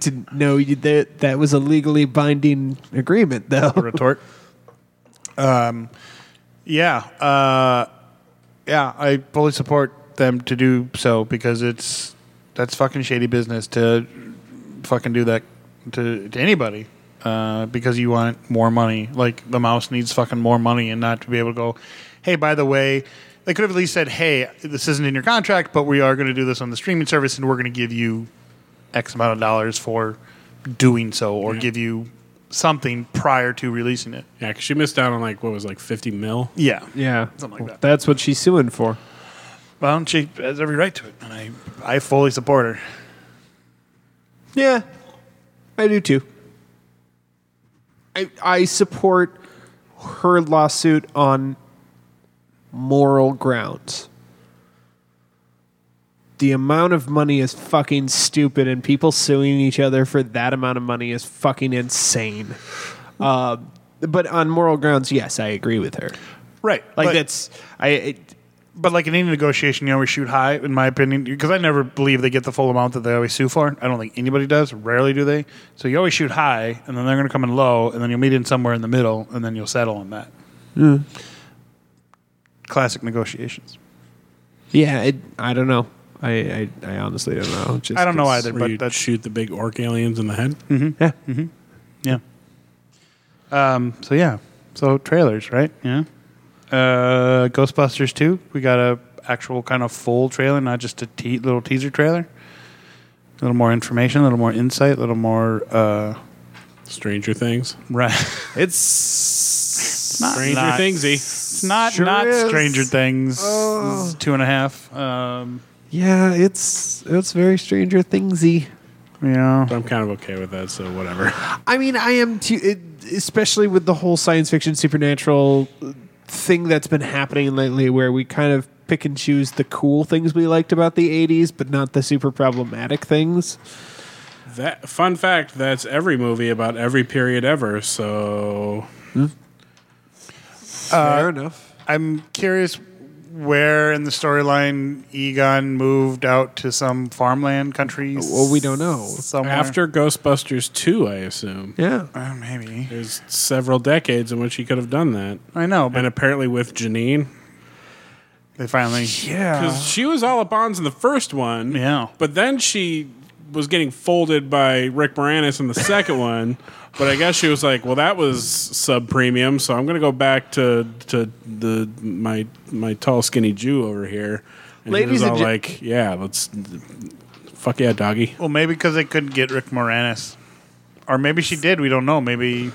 to know you, that that was a legally binding agreement, though. retort. Um, yeah, uh, yeah, I fully support them to do so because it's that's fucking shady business to fucking do that to to anybody. Uh, because you want more money, like the mouse needs fucking more money, and not to be able to go, hey, by the way, they could have at least said, hey, this isn't in your contract, but we are going to do this on the streaming service, and we're going to give you X amount of dollars for doing so, or Yeah. give you something prior to releasing it. Yeah, 'cause she missed out on like what was like fifty mil. Yeah. Yeah, Something like that. That's what she's suing for. Well, she has every right to it, and I, I fully support her. Yeah, I do too. I I support her lawsuit on moral grounds. The amount of money is fucking stupid, and people suing each other for that amount of money is fucking insane. Uh, but on moral grounds, yes, I agree with her. Right. Like but, that's I. It, But like in any negotiation, you always shoot high, in my opinion, because I never believe they get the full amount that they always sue for. I don't think anybody does. Rarely do they. So you always shoot high, and then they're going to come in low, and then you'll meet in somewhere in the middle, and then you'll settle on that. Classic negotiations. yeah, it, I don't know. I, I I honestly don't know. Just I don't know 'cause- either, Where you but that's Hmm. shoot the big orc aliens in the head. Yeah. Um, so yeah. So trailers, right? Yeah. Uh, Ghostbusters two. We got a actual kind of full trailer, not just a te- little teaser trailer. A little more information, a little more insight, a little more uh, Stranger Things. right. It's Not- Stranger not- Thingsy. It's not Sure not is. Stranger Things. This is Two and a half. Um, Yeah, it's it's very Stranger Thingsy. yeah. But I'm kind of okay with that, so whatever. I mean, I am too, it, especially with the whole science fiction supernatural thing that's been happening lately, where we kind of pick and choose the cool things we liked about the '80s, but not the super problematic things. That fun fact. That's every movie about every period ever. So Fair enough. I'm curious where in the storyline Egon moved out to some farmland country. Well, we don't know. Somewhere. after Ghostbusters two, I assume Yeah, Uh, maybe. there's several decades in which he could have done that. I know, And but apparently with Janine, they finally. yeah. because she was all up ons in the first one. Yeah. But then she was getting folded by Rick Moranis in the second one. But I guess she was like, "Well, that was sub premium, so I'm going to go back to to the my my tall skinny Jew over here." And he Ladies was and all gen- like, "Yeah, let's fuck yeah, doggy." Well, maybe because they couldn't get Rick Moranis, or maybe she did. We don't know. Maybe.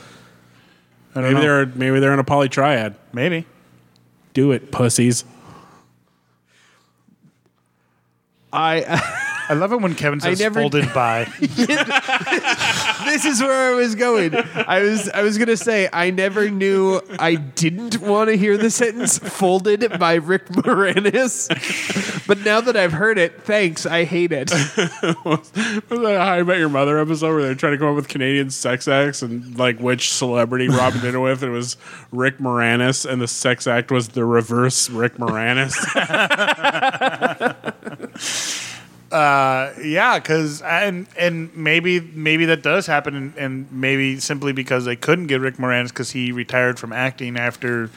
I don't Maybe know. they're maybe they're in a poly triad. maybe. Do it, pussies. I. I love it when Kevin says never- folded by. this is where I was going. I was I was gonna say I never knew I didn't want to hear the sentence folded by Rick Moranis, but now that I've heard it, thanks. I hate it. Was that a How I Met Your Mother episode where they're trying to come up with Canadian sex acts and like which celebrity Robin did it with? It was Rick Moranis, and the sex act was the reverse Rick Moranis. Uh, yeah, because and and maybe maybe that does happen, and, and maybe simply because they couldn't get Rick Moranis because he retired from acting after.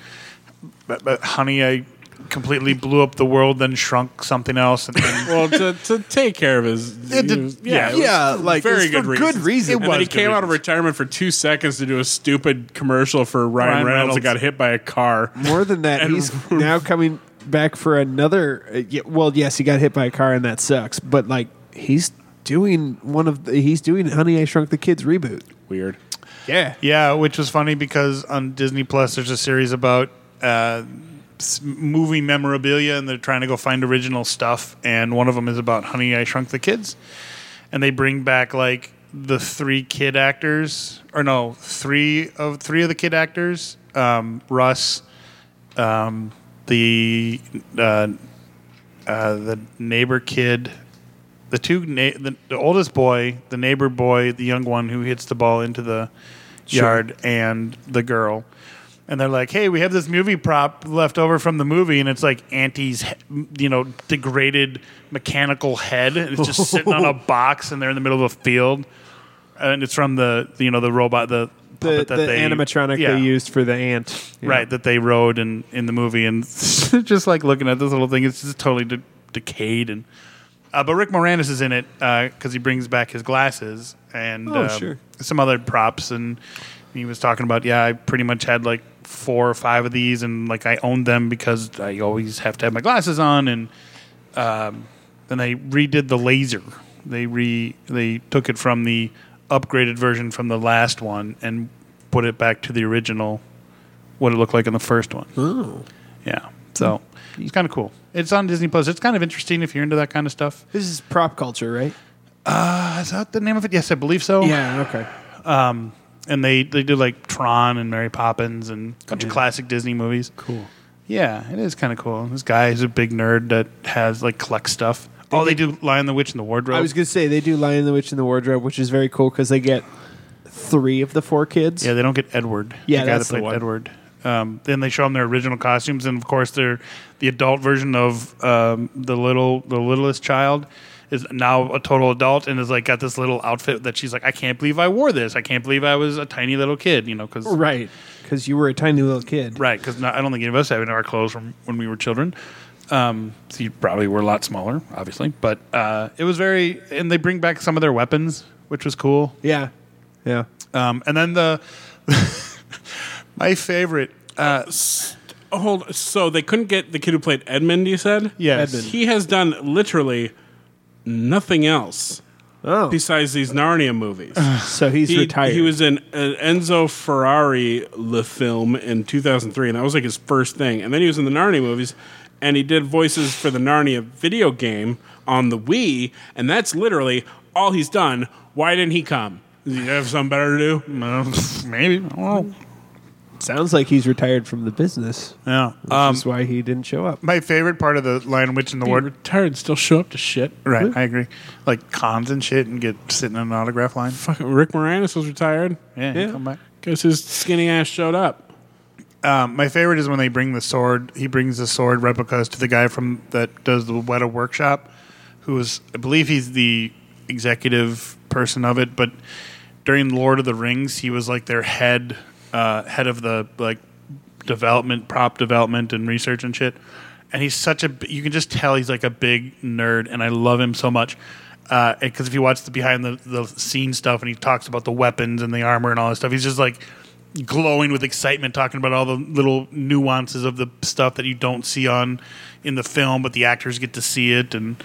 But, but honey, I completely blew up the world, then shrunk something else, and then well, to, to take care of his, It did- he was- yeah, it was yeah, uh, like, very it's for good reason. good reason. And It then he was came good out of reasons. retirement for two seconds to do a stupid commercial for Ryan, Ryan Reynolds, Reynolds. that got hit by a car. More than that, And- he's now coming back for another. Uh, ye- well, yes, he got hit by a car and that sucks, but like he's doing one of the, he's doing Honey I Shrunk the Kids reboot. Weird. Yeah, Yeah, which was funny because on Disney Plus, there's a series about uh, s- movie memorabilia, and they're trying to go find original stuff. And one of them is about Honey, I Shrunk the Kids, and they bring back like the three kid actors, or no, three of three of the kid actors, um, Russ, um, the uh, uh, the neighbor kid. The two, na- the, the oldest boy, the neighbor boy, the young one who hits the ball into the yard and the girl. and they're like, "Hey, we have this movie prop left over from the movie, and it's like Auntie's, he- you know, degraded mechanical head. And it's just sitting on a box, and they're in the middle of a field, and it's from the, you know, the robot, the The, puppet the that they, animatronic Yeah. they used for the ant. Yeah. right that they rode in in the movie and just like looking at this little thing it's just totally de- decayed and uh, but Rick Moranis is in it because he brings back his glasses and Oh, um, sure. some other props and he was talking about yeah I pretty much had like four or five of these and like I owned them because I always have to have my glasses on and um, then they redid the laser. They re they took it from the upgraded version from the last one and put it back to the original what it looked like in the first one. Ooh. Oh. Yeah. So Hmm. it's kind of cool. It's on Disney Plus. It's kind of interesting if you're into that kind of stuff. This is prop culture, right? Uh, is that the name of it? Yes, I believe so. Yeah. Okay. And they they did like Tron and Mary Poppins and a bunch of classic Disney movies. Cool. Yeah, it is kind of cool. This guy is a big nerd that has like collects stuff. oh, they do Lion the Witch and the Wardrobe. I was gonna say they do Lion the Witch in the Wardrobe, which is very cool because they get three of the four kids. Yeah, they don't get Edward. Yeah, the guy that's that the played one. Edward. Um, then they show them their original costumes, and of course, they're the adult version of um, the little, the littlest child is now a total adult and is like got this little outfit that she's like, I can't believe I wore this. I can't believe I was a tiny little kid, you know, because Right. Because you were a tiny little kid. right, because I don't think any of us have any of our clothes from when we were children. Um, so you probably were a lot smaller, obviously, but uh, it was very. And they bring back some of their weapons, which was cool. Yeah. Yeah. Um, and then the my favorite. Uh, Oh, hold. So they couldn't get the kid who played Edmund. You said Yes. Edmund. He has done literally nothing else Oh. besides these Narnia movies. so he's he, retired. He was in an Enzo Ferrari le film in 2003, and that was like his first thing. And then he was in the Narnia movies, and he did voices for the Narnia video game on the Wii, and that's literally all he's done. Why didn't he come? Does he have something better to do? maybe. I don't know. sounds like he's retired from the business. Yeah. Which Um, is why he didn't show up. my favorite part of the Lion Witch in the Be Ward. retired, still show up to shit. Right, I agree. Like cons and shit, and get sitting in an autograph line. Fucking Rick Moranis was retired Yeah, Yeah. come back. because his skinny ass showed up. Um, my favorite is when they bring the sword. He brings the sword replicas to the guy from that does the Weta workshop, who is, I believe, he's the executive person of it. But during Lord of the Rings, he was like their head, uh, head of the like development, prop development, and research and shit. And he's such a, b- you can just tell he's like a big nerd, and I love him so much. Because if you watch the behind the, the scene stuff, and he talks about the weapons and the armor and all that stuff, he's just like glowing with excitement talking about all the little nuances of the stuff that you don't see on in the film but the actors get to see it and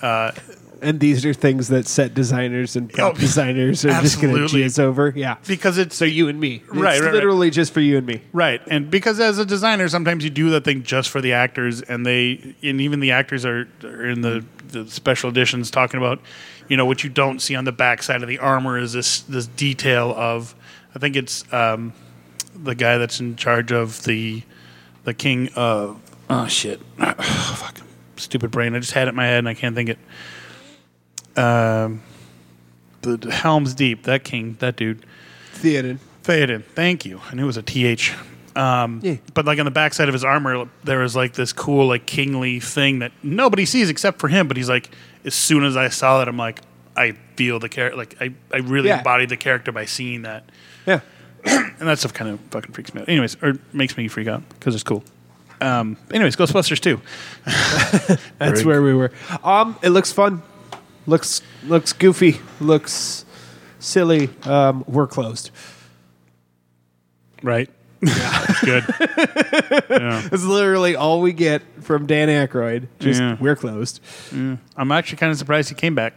And these are things that set designers and prop Oh, designers are just going to absolutely. jizz over. Yeah. because it's So you and me. Right, It's right, right. literally just for you and me. right and because as a designer sometimes you do that thing just for the actors and they and even the actors are, are in the, the special editions talking about you know what you don't see on the back side of the armor is this this detail of i think it's um, the guy that's in charge of the the king of oh shit Oh, fuck stupid brain i just had it in my head and i can't think it um the the helms deep that king that dude Theoden. Theoden, thank you. I knew it was a TH. Um, Yeah. But like on the backside of his armor, there was like this cool, like kingly thing that nobody sees except for him. But he's like, as soon as I saw that, I'm like, I feel the character. Like I, I really Yeah. embodied the character by seeing that, Yeah. and that stuff kind of fucking freaks me out. Anyways, or makes me freak out because it's cool. Um, anyways, Ghostbusters too. That's Very where we were. Um, it looks fun. Looks looks goofy. Looks silly. Um, we're closed. Right. Good. Yeah. That's literally all we get from Dan Aykroyd. Just Yeah. we're closed. I'm actually kind of surprised he came back,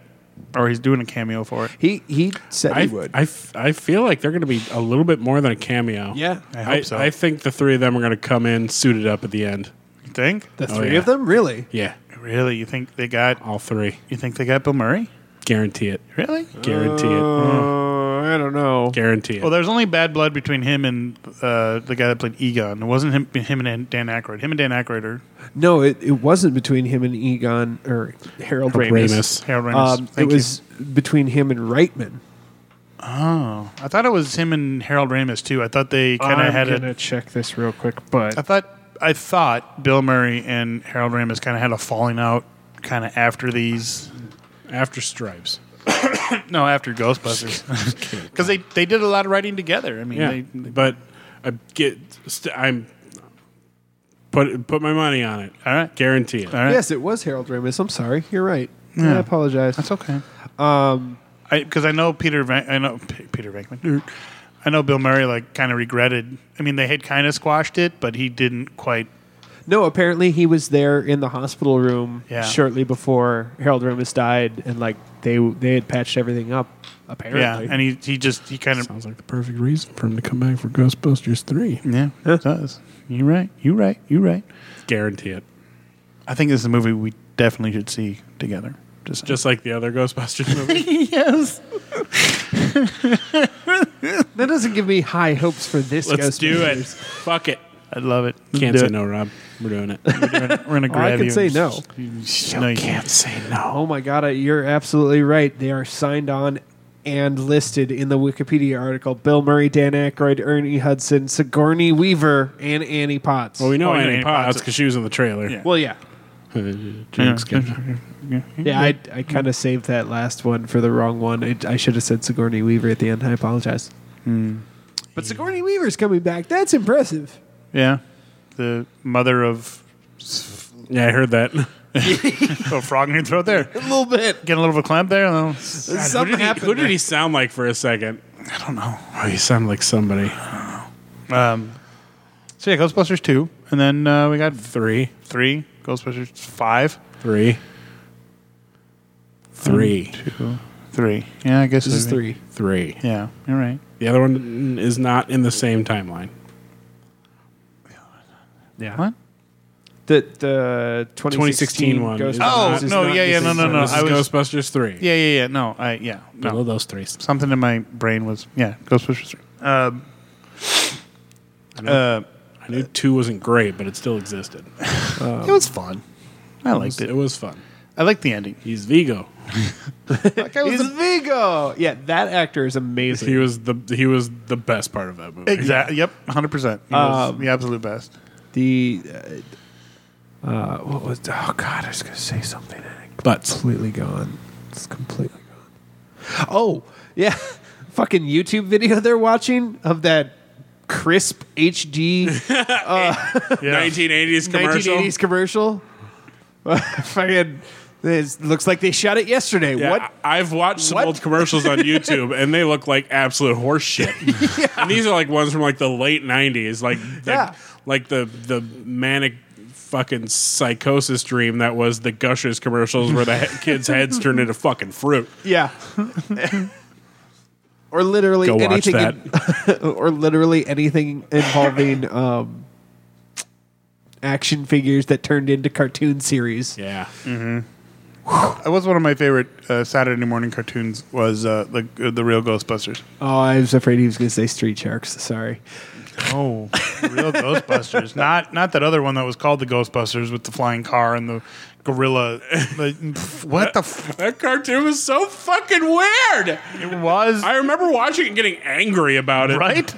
or he's doing a cameo for it. He he said I, he would. I, f- I feel like they're going to be a little bit more than a cameo. yeah, I I, hope so. I think the three of them are going to come in suited up at the end. you think? the Oh, three yeah. of them really. Yeah, Really? You think they got? all three. You think they got Bill Murray? Guarantee it. Really? Guarantee it. Uh-huh. Uh, I don't know. Guarantee it. Well, there's only bad blood between him and uh, the guy that played Egon. It wasn't him, him and Dan Aykroyd. Him and Dan Aykroyd are No, it, it wasn't between him and Egon or Harold Ramis. Ramis. Harold Ramis. Um, it Thank you. was between him and Reitman. Oh, I thought it was him and Harold Ramis too. I thought they kind of Oh, I'm had gonna a. check this real quick, but I thought I thought Bill Murray and Harold Ramis kind of had a falling out, kind of after these. after Stripes, No, after Ghostbusters, because they they did a lot of writing together. I mean, yeah. they, but I get, st- I'm put put my money on it. all right, Guarantee it. all right, Yes, it was Harold Ramis. I'm sorry. You're right. I apologize. that's okay. Um, because I, know Peter, Van- I know P- Peter Venkman. I know Bill Murray like kind of regretted. I mean, they had kind of squashed it, but he didn't quite. No, apparently he was there in the hospital room Yeah. shortly before Harold Ramis died, and like they they had patched everything up. Yeah, Apparently, and he he just he kind of Sounds like the perfect reason for him to come back for Ghostbusters three. Yeah, it does. You're right. You're right. You're right. Guarantee it. I think this is a movie we definitely should see together. Just, Just like the other Ghostbusters movie. yes. that doesn't give me high hopes for this. Let's do it. Ghostbusters. Fuck it. I love it. Can't Do say it. no, Rob. We're doing it. We're gonna, we're gonna Oh, I grab could you say and no. s- You, s- no, you can't. say no. Oh my god, I- you're absolutely right. They are signed on and listed in the Wikipedia article: Bill Murray, Dan Aykroyd, Ernie Hudson, Sigourney Weaver, and Annie Potts. Well, we know Oh, you Annie mean Potts Potts. because she was in the trailer. Uh, Yeah. well yeah, Jinx got- yeah. I I kind of saved that last one for the wrong one. It, I should have said Sigourney Weaver at the end. I apologize. Hmm. But Sigourney Weaver's coming back. That's impressive. Yeah, the mother of Yeah, I heard that. oh, frog in your throat. There, A little bit. getting a little of a clamp there. and then- Something Who did he- happened. who did he sound like for a second? I don't know. Oh, he sounded like somebody. Um, so yeah, Ghostbusters two, and then uh, we got Three, three Ghostbusters five, three, three, two, three. Yeah, I guess This is it'd be- three. three. Yeah, all right. The other one is not in the same timeline. Yeah. What? The the 2016, 2016 one is- Ghostbusters Oh, is no, not yeah, the yeah, same no, no, one. no. this I is was- Ghostbusters three. Yeah, yeah, yeah. No, I yeah. No. Below those three. something in my brain was yeah Ghostbusters. Um, uh, I knew two wasn't great, but it still existed. It it was fun. I was, liked it it. was fun. I liked the ending. He's Vigo. That guy was He's the- Vigo. Yeah, that actor is He amazing. was the he was the best part of that movie. exactly. Yep, hundred percent. He was Um, the absolute best. The uh, uh, what was? Oh God, I was gonna say something. and it But Completely gone. It's completely gone. Oh yeah, fucking YouTube video they're watching of that crisp HD 1980s commercial. 1980s commercial. Fucking, this looks like they shot it yesterday. Yeah, what? I- I've watched some what? old commercials on YouTube, and they look like absolute horse shit. And these are like ones from like the late '90s, like the, Yeah. like the the manic fucking psychosis dream that was the Gushers commercials, where the he- kids' heads turned into fucking fruit. Yeah. or literally Go watch anything in- or literally anything involving um action figures that turned into cartoon series. Yeah, That was one of my favorite uh, Saturday morning cartoons. Was uh, the uh, the real Ghostbusters? Oh, I was afraid he was going to say Street Sharks. Sorry. Oh, real Ghostbusters. Not not that other one that was called the Ghostbusters with the flying car and the gorilla. Like, what the? F- that cartoon was so fucking weird. it was. I remember watching it and getting angry about it. right?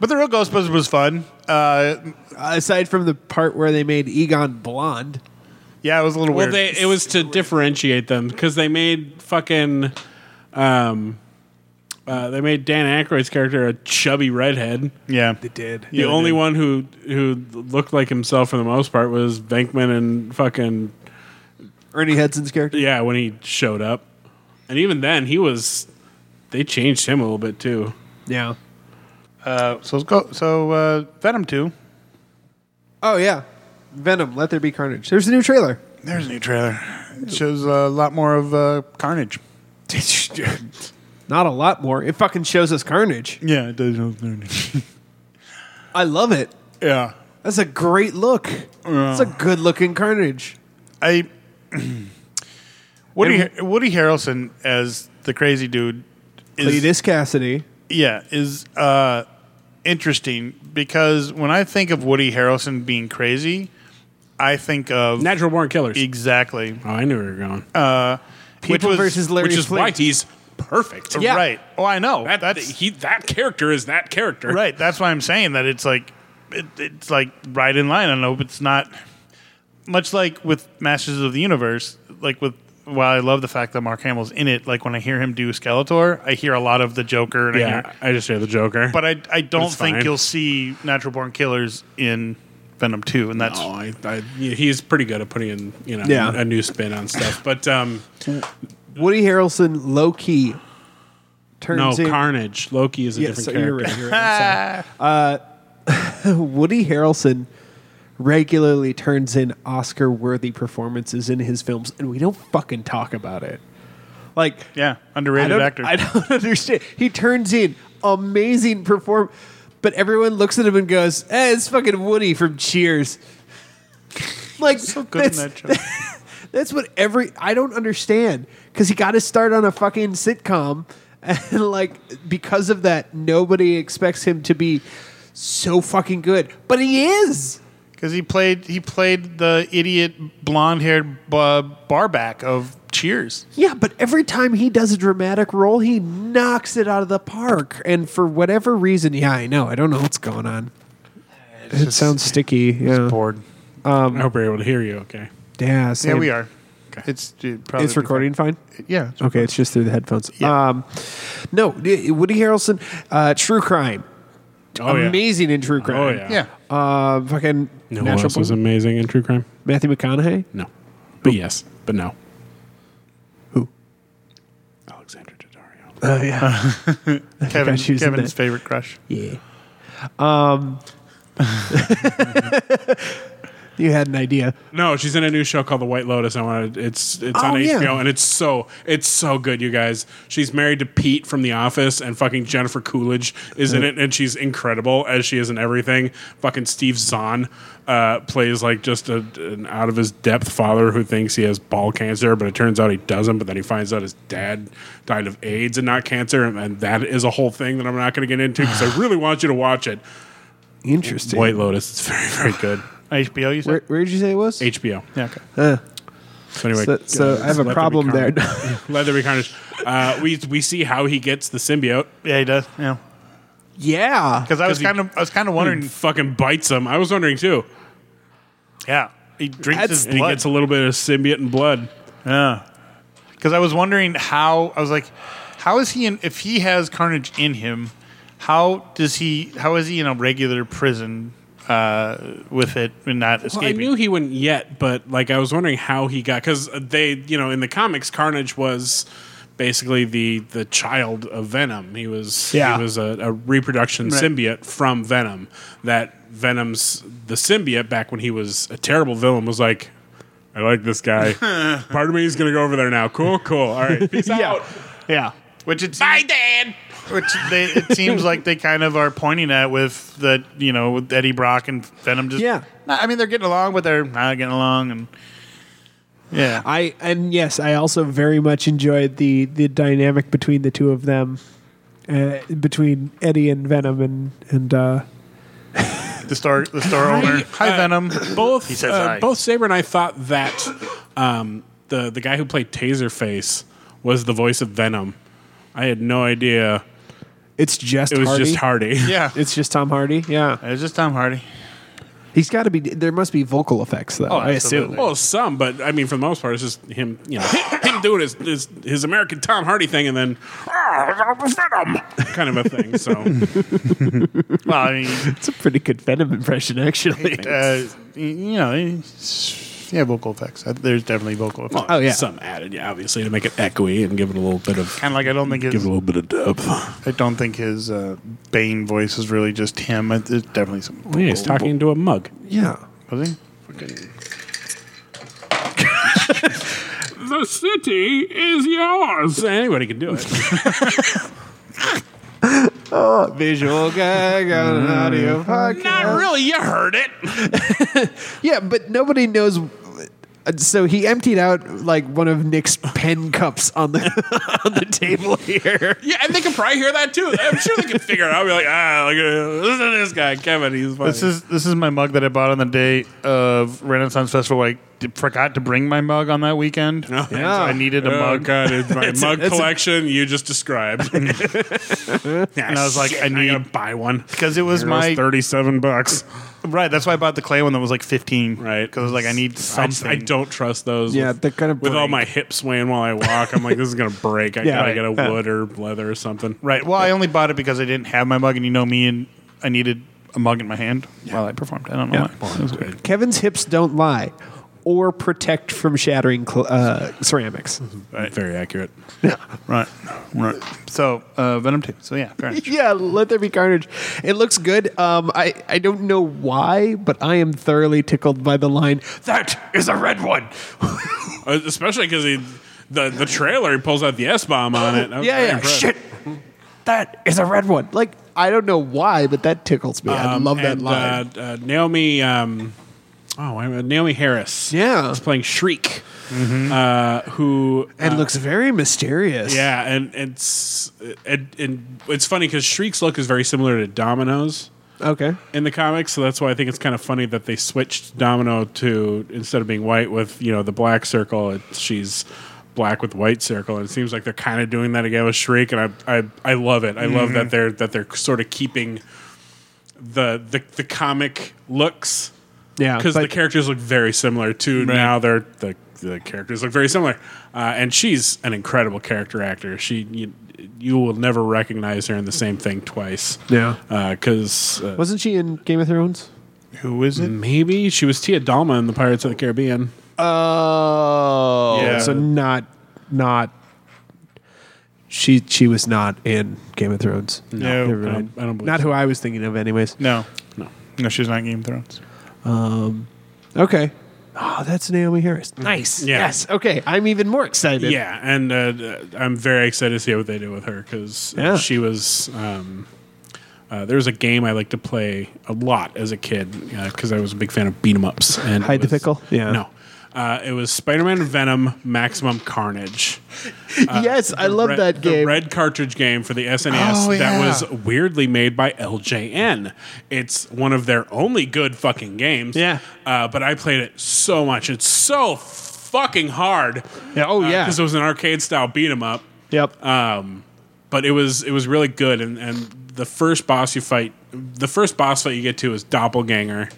But the real Ghostbusters was fun. Uh, Aside from the part where they made Egon blonde. yeah, it was a little Well, weird. they it was to differentiate them because they made fucking, um, uh, they made Dan Aykroyd's character a chubby redhead. yeah, they did. the only one who who looked like himself for the most part was Venkman and fucking Ernie Hudson's character. yeah when he showed up, and even then he was they changed him a little bit too. Yeah. Uh, so let's go. So uh, Venom two. Oh yeah. Venom, Let There Be Carnage. There's a new trailer. There's a new trailer. It shows a lot more of uh, Carnage. Not a lot more. It fucking shows us Carnage. Yeah, it does. Carnage. I love it. yeah, That's a great look. That's a good looking Carnage. I. Woody Woody Harrelson as the crazy dude is Cletus Cassidy. yeah is uh, interesting because when I think of Woody Harrelson being crazy, I think of Natural born killers. exactly Oh, I knew where you were going. E uh, which People was- versus Larry Which is Flint. why he's perfect. Yeah. Right. Oh, I know. That, That's he, that character is that character. right. That's why I'm saying that it's like it, it's like right in line. I know it's not much like with Masters of the Universe. Like with while I love the fact that Mark Hamill's in it, like when I hear him do Skeletor, I hear a lot of the Joker. And I hear, Yeah, I just hear the Joker. but I I don't It's think fine. you'll see Natural Born Killers in Venom Two, and that's No, Oh, I, I, he's pretty good at putting in, you know, Oh, Yeah. a new spin on stuff. But um, Woody Harrelson, low key, no, turns in. Carnage. Loki is a Yeah, different so character. you're right. You're right. I'm sorry. Uh, Woody Harrelson regularly turns in Oscar worthy performances in his films, and we don't fucking talk about it. Like, yeah I underrated don't, actor. I don't understand. He turns in amazing perform, but everyone looks at him and goes, "Eh, it's fucking Woody from Cheers." Like good in that's- that show. that's what every I don't understand because he got his start on a fucking sitcom, and like because of that, nobody expects him to be so fucking good, but he is. Because he played he played the idiot blonde haired uh, barback of Cheers. Yeah, but every time he does a dramatic role, he knocks it out of the park. And for whatever reason, yeah, I know, I don't know what's going on. it sounds sticky. Yeah, Bored. I hope we're able to hear you. Okay. yeah, same. Yeah, we are. It's dude, probably It's recording fine. Yeah. it's- Okay, it's just through the headphones. Um, no, d- Woody Harrelson, uh, True Crime, Oh, yeah. amazing in True Crime. Oh, yeah. Yeah. Uh, fucking No one Natural else was Born- amazing in True Crime? Matthew McConaughey. No. But yes, but no. Who? Alexander Daddario. Oh yeah, Kevin, she was in Kevin's that. favorite crush. yeah. Um, you had an idea. No, she's in a new show called The White Lotus. I wanted it's it's Oh, on yeah. HBO and it's so it's so good, you guys. She's married to Pete from The Office, and fucking Jennifer Coolidge is in it, and she's incredible as she is in everything. Fucking Steve Zahn uh, plays like just a, an out of his depth father who thinks he has ball cancer, but it turns out he doesn't. But then he finds out his dad died of AIDS and not cancer, and, and that is a whole thing that I'm not going to get into because I really want you to watch it. Interesting. White Lotus, it's very very good. HBO, you said? Where, where did you say it was? HBO. yeah. Okay. So anyway, So, so I have a Let there be problem there. carnage. Let there be carnage. Uh, we we see how he gets the symbiote. Yeah, he does. Yeah. yeah. Because I was 'Cause he- kind of I was kind of And wondering. fucking bites him. I was wondering too. Yeah. He drinks his And he blood. gets a little bit of symbiote and blood. Yeah. Because I was wondering how I was like, how is he in? If he has Carnage in him, how does he? How is he in a regular prison uh, with it and not Well, I escaping? knew he wouldn't yet, but like I was wondering how he got because they, you know, in the comics, Carnage was basically the the child of Venom. He was Yeah. he was a, a reproduction Right. symbiote from Venom. That Venom's the symbiote back when he was a terrible villain was like. I like this guy. Part of me is going to go over there now. Cool, cool. All right. Peace out. Yeah. which it Bye, Dad. which they, it seems like they kind of are pointing at with that you know with Eddie Brock and Venom. Just Yeah. Nah, I mean they're getting along, but they're not getting along, and yeah, I and yes, I also very much enjoyed the the dynamic between the two of them, uh, between Eddie and Venom and and uh, the store the store owner. Hi uh, Venom. both He says uh, hi. both Saber and I thought that um, the the guy who played Taserface was the voice of Venom. I had no idea it's just it was Hardy. just Hardy. yeah, It's just Tom Hardy. Yeah, it was just Tom Hardy. he's got to be. There must be vocal effects Oh, though. I assume. absolutely. Well, some, but I mean, for the most part, it's just him. You know, him doing his his, his American Tom Hardy thing, and then "Ah, Venom kind of a thing. So Well, I mean, It's a pretty good Venom impression, actually. uh, you know, it's- yeah, vocal effects. Uh, There's definitely vocal effects. Oh, yeah. some added, yeah, obviously to make it echoey and give it a little bit of Kind of like I don't think give it his a little bit of depth. I don't think his uh, Bane voice is really just him. It- It's definitely some. Vocal, Yeah, he's talking to a mug. Yeah. Was he? The city is yours. Anybody can do it. Visual gag on an Mm. audio podcast. Not really. You heard it. Yeah, but nobody knows Uh, So he emptied out like one of Nick's pen cups on the on the table here. Yeah, and they can probably hear that too. I'm sure they can figure it out. I'll be like, ah, look at listen to this guy, Kevin. He's funny. This is this is my mug that I bought on the day of Renaissance Festival. I d- forgot to bring my mug on that weekend. And so I needed a oh, mug, God, it's my mug it's a- collection you just described. and and I was like, I I gotta need buy one. because it was Here my goes thirty-seven bucks. right. That's why I bought the clay one that was like fifteen. Right. because I was like, I need I, just- something. I don't trust those. Yeah, with, they're gonna with all break. my hips swaying while I walk. I'm like, this is gonna break. I Yeah. gotta get a Yeah. wood or leather or something. Right. Well, I only bought it because I didn't have my mug, and you know me, and I needed a mug in my hand while I performed. I don't know why. It was weird. Kevin's hips don't lie or protect from shattering cl- uh, ceramics. Very accurate. Right. Right. So uh, Venom Two. So yeah, Carnage. Yeah, let there be carnage. It looks good. Um, I I don't know why, but I am thoroughly tickled by the line. That is a red one. Uh, Especially because he, the the trailer, he pulls out the S bomb on it. I was yeah, very yeah. impressed. Shit, that is a red one. Like I don't know why, but that tickles me. I Um, love that and, line. Uh, uh, Naomi. Um, oh, I- Naomi Harris. Yeah. Mm-hmm. is playing Shriek, uh, who and looks very mysterious. yeah, and and it's and, and it's funny because Shriek's look is very similar to Domino's Okay. in the comics, so that's why I think it's kind of funny that they switched Domino to instead of being white with you know the black circle, it, she's black with white circle, and it seems like they're kind of doing that again with Shriek, and I I, I love it. I love Mm-hmm. that they're that they're sort of keeping the the, the comic looks Yeah, because but- the characters look very similar to now they're the the characters look very similar uh, and she's an incredible character actor she you, you will never recognize her in the same thing twice Yeah. because uh, Wasn't she in Game of Thrones? Who is it? Maybe she was Tia Dalma in the Pirates of the Caribbean. Oh, Yeah. So not not she she was not in Game of Thrones. No, Never I mind. don't- I don't believe not so. who I was thinking of anyways. No. No. No, she's not in Game of Thrones. Okay. Oh, that's Naomi Harris. Nice. Yeah. Mm. yes. Okay, I'm even more excited. Yeah, and uh, I'm very excited to see what they do with her because Yeah. she was. Um, uh, there was a game I liked to play a lot as a kid because I was a big fan of beat 'em ups and it Hide the was- pickle? Yeah. no, uh, it was Spider-Man Venom Maximum Carnage. yes, I love red- that The game. red cartridge game for the SNES Oh, that yeah. was weirdly made by LJN. It's one of their only good fucking games. Yeah. Uh, but I played it so much. It's so fucking hard. Yeah, oh, yeah. Because it was an arcade style beat 'em up. Yep. uh, But it was it was really good. And and the first boss you fight, the first boss fight you get to is Doppelganger.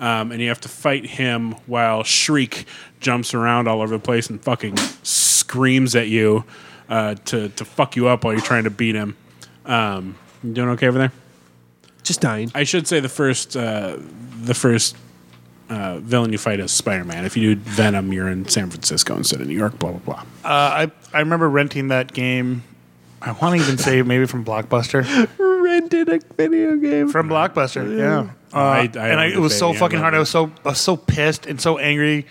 Um, and you have to fight him while Shriek jumps around all over the place and fucking screams at you uh, to to fuck you up while you're trying to beat him. Um, you doing okay over there? Just dying. I should say the first uh, the first uh, villain you fight is Spider Man. If you do Venom, you're in San Francisco instead of New York. Blah blah blah. Uh, I I remember renting that game. I want to even say maybe from Blockbuster. rented a video game. From Blockbuster, yeah. Uh, I- I and I, owned it was it, so baby. I fucking love hard. I it. was so I was so pissed and so angry.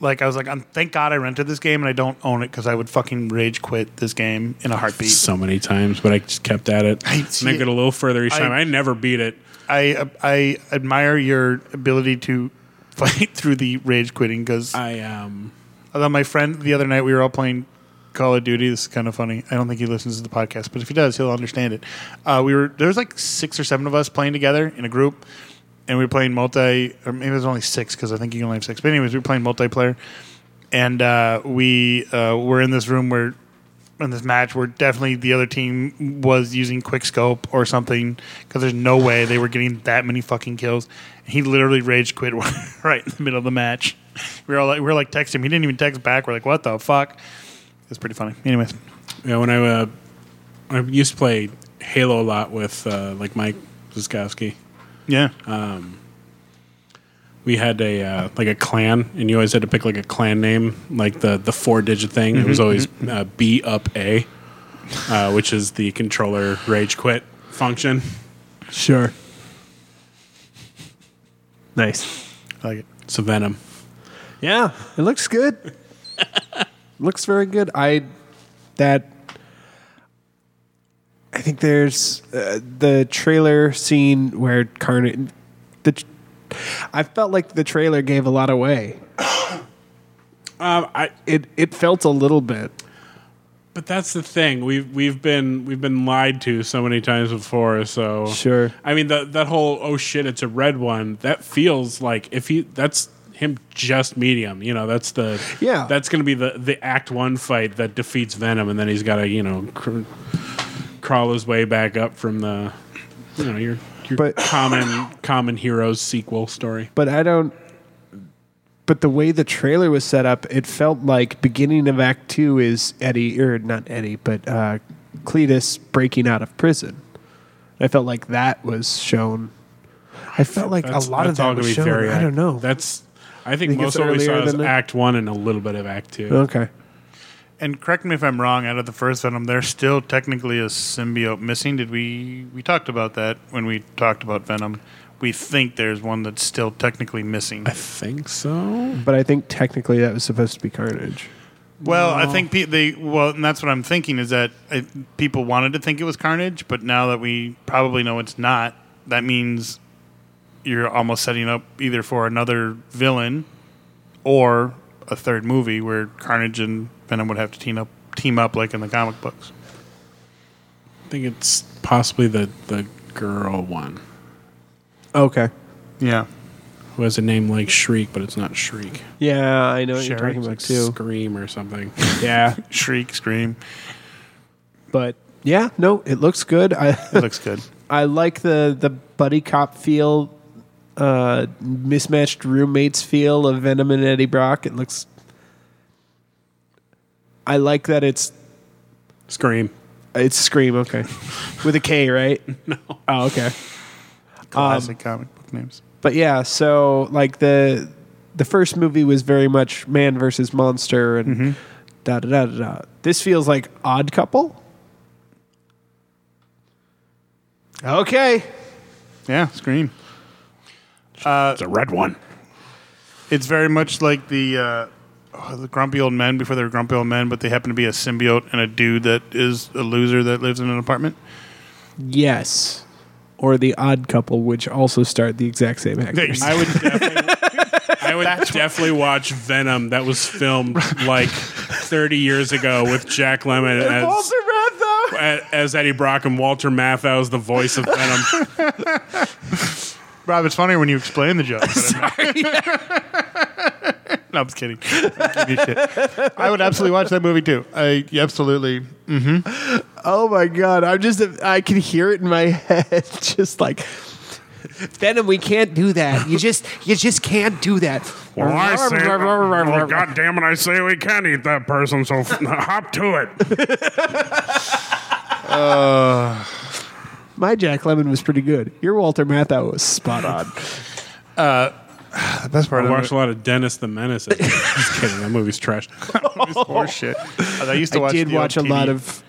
Like I was like, I'm, thank God I rented this game and I don't own it because I would fucking rage quit this game in a heartbeat. so many times, but I just kept at it. I I see make it a little further each I- time. I never beat it. I I admire your ability to fight through the rage quitting because I um Although my friend the other night we were all playing Call of Duty. This is kind of funny. I don't think he listens to the podcast, but if he does, he'll understand it. Uh, we were there was like six or seven of us playing together in a group, and we were playing multi. Or maybe it was only six because I think you can only have six. But anyways, we were playing multiplayer, and uh, we uh, were in this room where in this match where definitely the other team was using quick scope or something because there's no way they were getting that many fucking kills. He literally rage quit right in the middle of the match. We were all like, we were like texting him. He didn't even text back. We're like, what the fuck? It's pretty funny. Anyways, you know, when I uh, I used to play Halo a lot with uh, like Mike Ziskowski. yeah, We had a uh, like a clan, and you always had to pick like a clan name, like the the four digit thing. it Mm-hmm, was always uh, B up A, uh, which is the controller rage quit function. Sure. Nice. I like it. So Venom. Yeah. It looks good. looks very good. I that I think there's uh, the trailer scene where Carnage the tr- I felt like the trailer gave a lot away. Um, I It it felt a little bit. but that's the thing we've we've been we've been lied to so many times before. So Sure. I mean that that whole oh shit it's a red one that feels like if he that's him just medium you know that's the Yeah. that's gonna be the the act one fight that defeats Venom and then he's got to you know cr- crawl his way back up from the you know your your But- common common heroes sequel story. but I don't. But the way the trailer was set up, it felt like beginning of Act Two is Eddie, or not Eddie, but uh, Cletus breaking out of prison. I felt like that was shown. I felt like a That's- lot of that's all that was gonna be shown. very I act- don't know. That's I think, Think it's most of what we saw earlier is than Oh, that? Act One and a little bit of Act Two. okay. And correct me if I'm wrong. Out of the first Venom, there's still technically a symbiote missing. Did we we talked about that when we talked about Venom? We think there's one that's still technically missing. I think so. But I think technically that was supposed to be Carnage. Well, I think pe- they well, and that's what I'm thinking is that I, people wanted to think it was Carnage, but now that we probably know it's not, that means you're almost setting up either for another villain or a third movie where Carnage and Venom would have to team up team up like in the comic books. I think it's possibly the the girl one Okay. Yeah. who has a name like Shriek, but it's not Shriek. Yeah, I know what you're Sherry? talking about too. Scream or something. Yeah, Shriek, scream. but yeah, no, it looks good. I It looks good. I like the the buddy cop feel, uh, mismatched roommates feel of Venom and Eddie Brock. It looks. I like that it's Scream. it's Scream okay, with a K right? no. Oh okay. Classic comic book names. But yeah, so like the the first movie was very much man versus monster and da da da da da. This feels like Odd Couple. Okay. Yeah, scream. It's a red one. It's very much like the uh, oh, the grumpy old men before they were grumpy old men, but they happen to be a symbiote and a dude that is a loser that lives in an apartment. Yes. Or the Odd Couple, which also starred the exact same actors. I would definitely, I would definitely watch Venom that was filmed like 30 years ago with Jack Lemmon as, Ratho. as Eddie Brock and Walter Matthau's the voice of Venom. Rob, it's funny when you explain the joke. no, I'm just kidding. I give you shit. I would absolutely watch that movie too. I absolutely. Oh my god! I'm just I can hear it in my head, just like Venom. We can't do that. You just you just can't do that. oh, God damn it! I say we can't eat that person, so f- hop to it. My Jack Lemon was pretty good. Your Walter Matthau was spot on. The best part I of watched watch a lot of Dennis the Menace. Just kidding. That movie's trash. shit. I used to I watch did the old watch a lot TV. of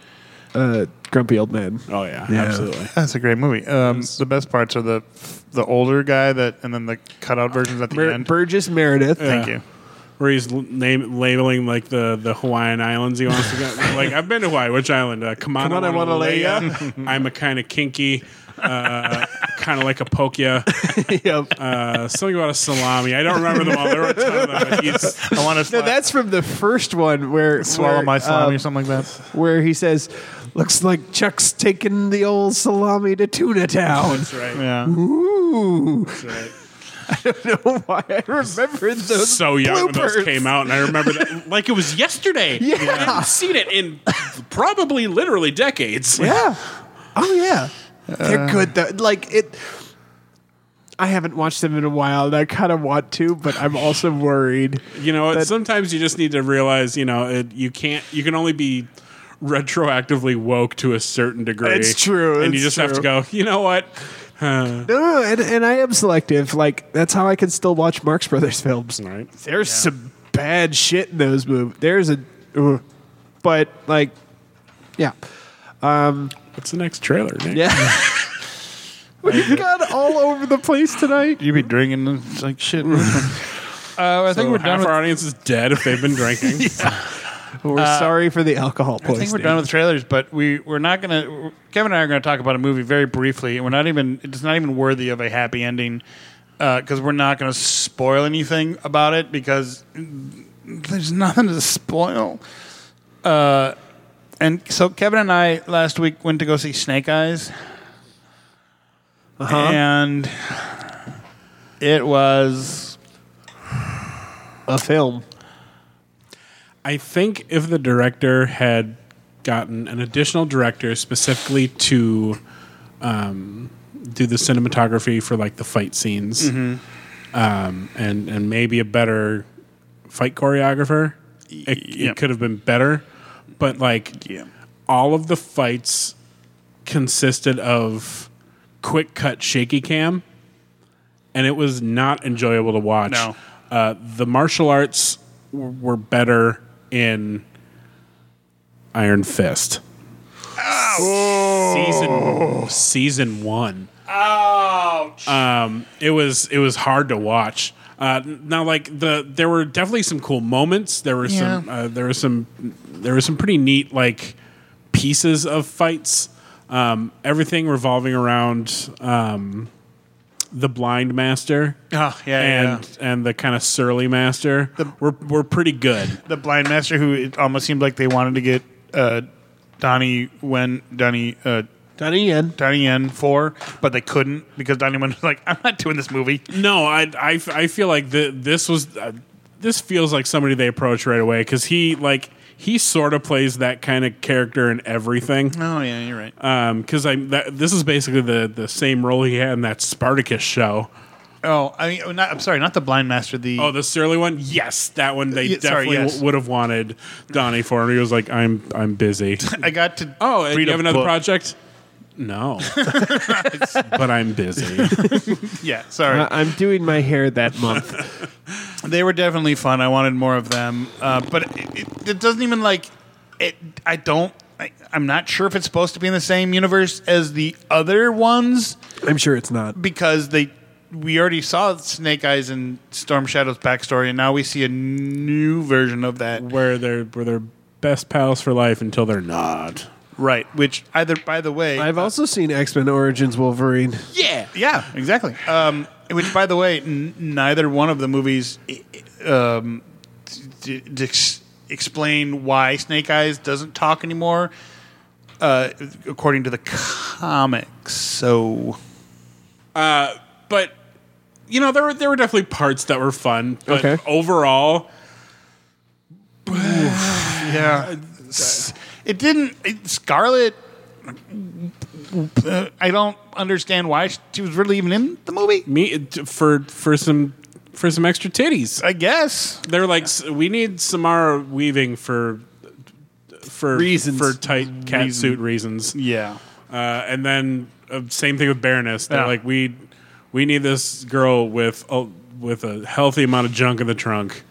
uh, Grumpy Old Men. Oh yeah, Yeah. absolutely. That's a great movie. Um, the best parts are the the older guy that, and then the cutout versions at the Mer- end. Burgess Meredith. Thank Yeah. you. Where he's l- name, labeling like the, the Hawaiian islands he wants to go. like I've been to Hawaii. Which island? Uh, come on, Come on, I wanna lay ya. I'm a kind of kinky, uh, kind of like a poke ya. Yep. Uh, something about a salami. I don't remember them all. There were a ton of them. but he's- I want to No, that's from the first one where swallow where, my salami um, or something like that. where he says, "Looks like Chuck's taking the old salami to Tuna Town." That's right. Yeah. Ooh, That's right. I don't know why I remembered those. So young when those bloopers. came out, and I remember that like it was yesterday. Yeah. I haven't seen it in probably literally decades. Yeah. Oh yeah. They're Uh. good though. Like it. I haven't watched them in a while, and I kind of want to, but I'm also worried. You know, That- sometimes you just need to realize, you know, it, you can't, you can only be retroactively woke to a certain degree. It's true, And you it's just have to go, you know what? Uh, No, no, and, and I am selective. Like that's how I can still watch Marx Brothers films. all right. There's some bad shit in those movies. There's a, ugh. but like, yeah, What's the next trailer? Nick? yeah. We've got all over the place tonight. You be drinking it's like shit. uh, I So think we're Oh, half done. With, our audience is dead if they've been drinking. We're sorry for the Uh, alcohol I poisoning. think we're done with trailers, but we we're not gonna. Kevin and I are gonna talk about a movie very briefly, and we're not even. It's not even worthy of a uh, happy ending because we're not gonna spoil anything about it because there's nothing to spoil. Uh, and so Kevin and I last week went to go see Snake Eyes, and it was A film. I think if the director had gotten an additional director specifically to um, do the cinematography for like the fight scenes, um, and and maybe a better fight choreographer, it, yeah. it could have been better. But like yeah. all of the fights consisted of quick cut shaky cam, and it was not enjoyable to watch. No. Uh, the martial arts w- were better in Iron Fist. Season season one. Um, it was it was hard to watch. Uh, now, like the there were definitely some cool moments. There were some uh, there were some there were some pretty neat like pieces of fights. Um, everything revolving around um, the blind master Oh, yeah, yeah. and and the kind of surly master were were pretty good. the blind master who it almost seemed like they wanted to get uh, Donnie when Donnie uh, Donnie Yen. Donnie Yen for, but they couldn't because Donnie Yen was like, "I'm not doing this movie." No, I I, I feel like the, this was uh, this feels like somebody they approach right away because he like he sort of plays that kind of character in everything. Oh yeah, you're right. Because I that, this is basically the the same role he had in that Spartacus show. oh, I mean, not, I'm sorry, not the blind master. The Oh, the surly one. Yes, that one they Yeah, sorry, definitely yes. w- would have wanted Donnie for. And he was like, I'm I'm busy. I got to. Oh, and read you a have another book. project? No, but I'm busy. Yeah, sorry. I- I'm doing my hair that month. they were definitely fun. I wanted more of them, uh, but it, it, it doesn't even like it. I don't. I, I'm not sure if it's supposed to be in the same universe as the other ones I'm sure it's not. because they. We already saw Snake Eyes and Storm Shadow's backstory, and now we see a new version of that. where they're where they're best pals for life until they're not. Right. Which either, by the way, I've also seen X Men Origins Wolverine. Yeah, yeah, exactly. Um, which, by the way, n- neither one of the movies i- i- um, d- d- ex- explain why Snake Eyes doesn't talk anymore, uh, according to the comics. So But you know, there were there were definitely parts that were fun. But Okay. overall, yeah, it didn't. It, Scarlet. uh, I don't understand why sh- she was really even in the movie. me it- for for some for some extra titties. I guess. They're like "S- we need Samara Weaving for for Reasons. for tight cat suit reasons. Yeah. Uh, and then uh, same thing with Baroness. They're Yeah. like we we need this girl with a, with a healthy amount of junk in the trunk.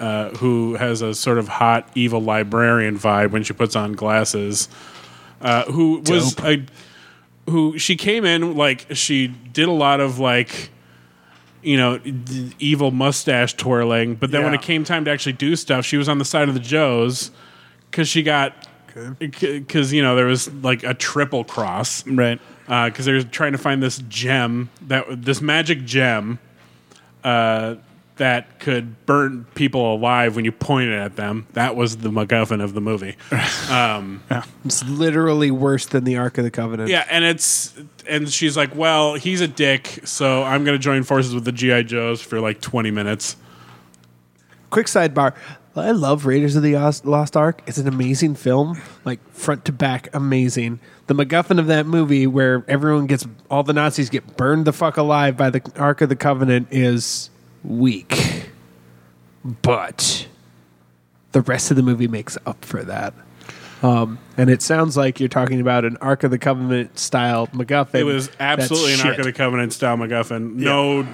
Uh, who has a sort of hot evil librarian vibe when she puts on glasses? Uh, who was a, who she came in like she did a lot of like you know d- evil mustache twirling, but then when Yeah. it came time to actually do stuff, she was on the side of the Joes because she got because you know there was like a triple cross Right. because they were trying to find this gem that this magic gem uh, that could burn people alive when you pointed at them. That was the MacGuffin of the movie. It's literally worse than the Ark of the Covenant. yeah, and it's and she's like, "Well, he's a dick, so I'm going to join forces with the GI Joes for like 20 minutes." Quick sidebar. I love Raiders of the Os- Lost Ark. It's an amazing film, like front to back, amazing. The MacGuffin of that movie, where everyone gets all the Nazis get burned the fuck alive by the Ark of the Covenant, is weak, but the rest of the movie makes up for that. Um, and it sounds like you're talking about an Ark of the Covenant style MacGuffin. It was That's absolutely an Ark shit. of the Covenant style MacGuffin. No,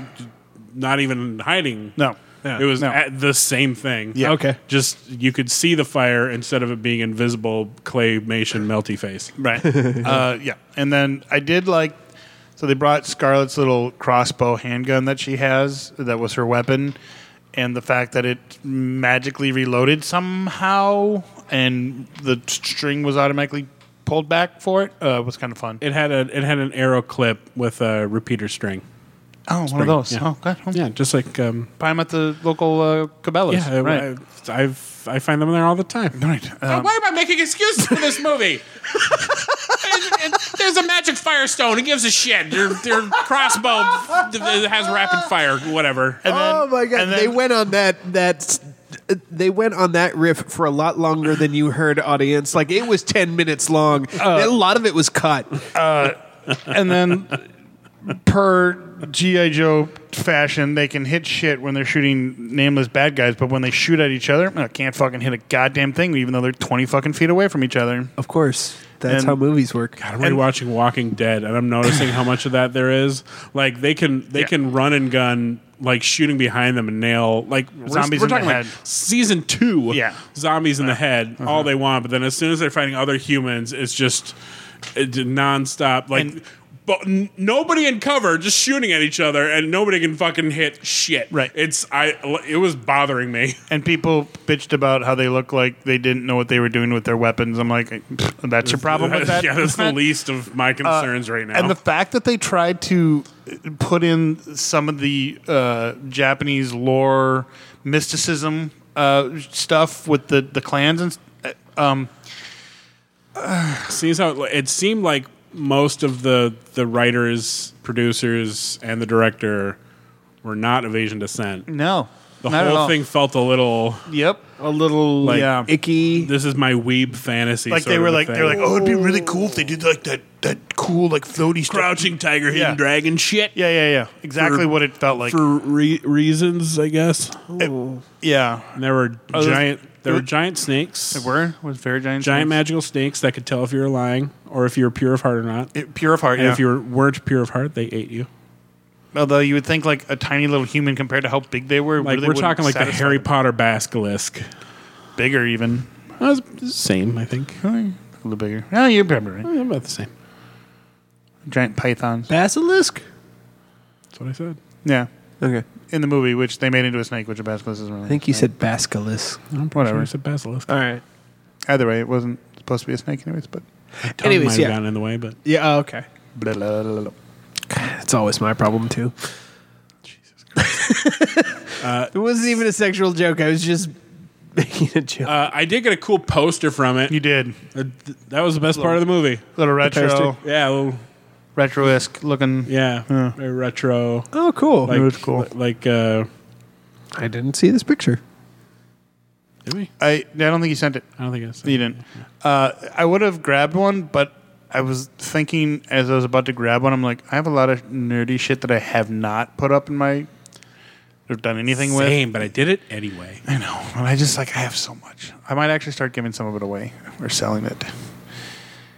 not even hiding. No. it was No. at the same thing. Yeah. Okay. just you could see the fire instead of it being invisible claymation melty face. Right. uh, yeah. And then I did like. So they brought Scarlett's little crossbow handgun that she has, that was her weapon, and the fact that it magically reloaded somehow, and the string was automatically pulled back for it, uh, was kind of fun. It had a it had an arrow clip with a repeater string. Oh, one of those. Yeah. Oh, good. Yeah, just like um, Buy them at the local uh, Cabela's. yeah, right. I, I've I find them there all the time. right. Um, Why am I making excuses for this movie? And- and There's a magic firestone. Who gives a shit? Your, your crossbow f- has rapid fire, whatever. and then- oh my god! and then- they went on that that they went on that riff for a lot longer than you heard, audience. Like it was ten minutes long. Uh, a lot of it was cut. and then per GI Joe fashion, they can hit shit when they're shooting nameless bad guys, but when they shoot at each other, I can't fucking hit a goddamn thing, even though they're twenty fucking feet away from each other. Of course, that's And- how movies work. God, I'm rewatching Walking Dead, and I'm noticing how much of that there is. Like they can they can run and gun, like shooting behind them and nail like we're- Zombies We're in the talking like head. season two, Yeah. Uh-huh. zombies in the head, all they want. But then as soon as they're fighting other humans, it's just it, nonstop. Like. And- but n- nobody in cover, just shooting at each other, and nobody can fucking hit shit. Right. It's I. It was bothering me. And people bitched about how they look like they didn't know what they were doing with their weapons. I'm like, "Pfft, that's your problem with that. yeah, that's the Not- least of my concerns right now. And the fact that they tried to put in some of the uh, Japanese lore mysticism uh, stuff with the the clans and s- uh, um, seems how it, it seemed like most of the the writers, producers, and the director were not of Asian descent. no, The Mm. not at all. whole thing felt a little. Yep, a little Like, yeah. Icky. This is my weeb fantasy. like sort they of were a like thing. they're like, oh, it'd be really cool if they did like that that cool like floaty stuff. Oh, crouching tiger, hidden Yeah. dragon shit. Yeah, yeah, yeah. Exactly For- what it felt like. For re- reasons, I guess. yeah, And there were Oh, those- giant. There were there- giant snakes. They were was very giant, giant snakes. magical snakes that could tell if you were lying or if you were pure of heart or not. It- pure of heart. And Yeah. if you were, weren't pure of heart, they ate you. Although you would think like a tiny little human compared to how big they were. Like really we're wouldn't talking like the satisfy Harry Potter basilisk. bigger even. Uh, it's the same, I think. A little bigger. Yeah, you're probably right. Yeah, about the same. Giant pythons. Basilisk. That's what I said. Yeah. Okay, In the movie, which they made into a snake, which a basilisk isn't really. I think you said basilisk. Whatever. Sure, it's a basilisk. All right. Either way, it wasn't supposed to be a snake, anyways. But Tongue Anyways, might have yeah. gotten in the way, but Yeah. oh, okay. blah, blah, blah, blah. It's always my problem too. Uh, It wasn't even a sexual joke. I was just Making a joke. uh, I did get a cool poster from it. you did Uh, th- that was the best part of the movie. little retro, poster? Yeah, a little, retroesque looking. yeah, very retro. oh, cool. Like, was cool. li- Like, uh, I didn't see this picture. did we? I I don't think you sent it. I don't think I said. You didn't. Uh, I would have grabbed one, but I was thinking as I was about to grab one, I'm like, I have a lot of nerdy shit that I have not put up in my or done anything with. Same, but I did it anyway. I know. And I just like I have so much. I might actually start giving some of it away or selling it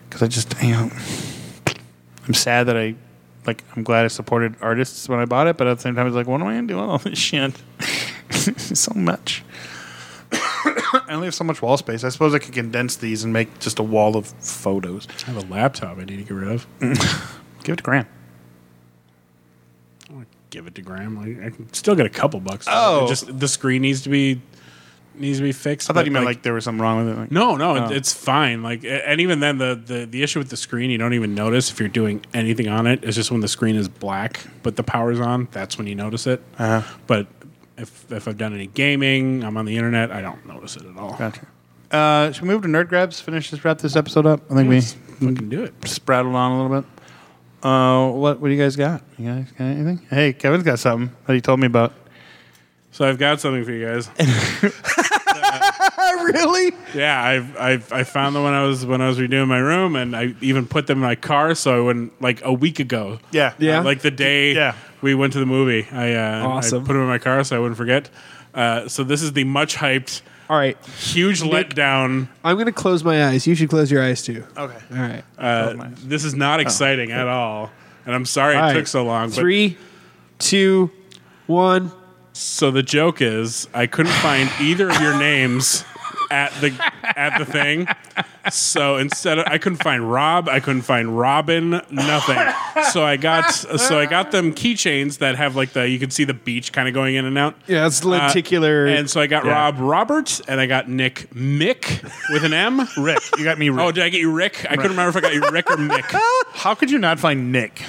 because I just you know I'm sad that I like I'm glad I supported artists when I bought it, but at the same time it's like what am I gonna do with all this shit? so much. I only have so much wall space. I suppose I could condense these and make just a wall of photos. I have a laptop I need to get rid of. Give it to Grant. I'm gonna give it to Graham. I, I can still get a couple bucks. Oh. It just the screen needs to be needs to be fixed. I thought but, you meant like, there was something wrong with it. Like, No, no, Oh. it it's fine. Like, a- and even then, the, the the issue with the screen, you don't even notice if you're doing anything on it. It's just when the screen is black, but the power's on. That's when you notice it. Uh-huh. But if if I've done any gaming, I'm on the internet. I don't notice it at all. Gotcha. Uh, should we move to nerd grabs? Finish this. Wrap this episode up. I think we Let's fucking do it. sprattled on a little bit. Uh, what what do you guys got? You guys got anything? Hey, Kevin's got something that he told me about. So I've got something for you guys. Oh, really. Yeah, I've, I've I found them when I was when I was redoing my room, and I even put them in my car so I wouldn't like a week ago. Yeah, Uh, like the day Yeah. we went to the movie. I, uh, Awesome. I put them in my car so I wouldn't forget. Uh, so this is the much hyped, All right. huge letdown. I'm gonna close my eyes. You should close your eyes too. Oh, Okay. All right. Uh, this is not exciting at all. And I'm sorry All it right. took so long. But Three, two, one. so the joke is I couldn't find either of your names at the at the thing. So instead of, I couldn't find Rob, I couldn't find Robin, nothing. So I got so I got them keychains that have like the you can see the beach kind of going in and out. Yeah, it's Uh, lenticular. and so I got Yeah. Rob Roberts and I got Nick Mick with an M. Rick, you got me. Rick. Oh, did I get you Rick? I couldn't remember if I got you Rick or Mick. How could you not find Nick?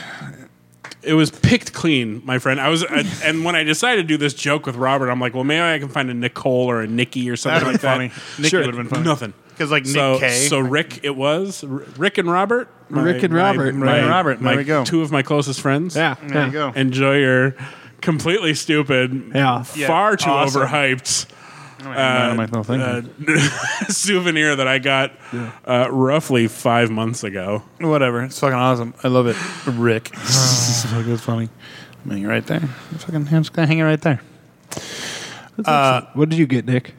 It was picked clean, my friend. I was, I, and when I decided to do this joke with Robert, I'm like, well, maybe I can find a Nicole or a Nikki or something That'd like been that. funny. Nikki would've been funny. Nothing, 'Cause, like, Nick so, K. So Rick, it was R- Rick and Robert. My- Rick and my- Robert. my- Rick and Robert. There my- we go. Two of my closest friends. Yeah. There you go. Enjoy your completely stupid, Yeah. Yeah. far too Awesome. overhyped Uh, my little thing. uh, souvenir that I got uh, roughly five months ago. Whatever. It's fucking awesome. I love it. Rick. it's fucking funny. I'm hanging right there. I'm fucking I'm just gonna hang it right there. What did you get, Nick?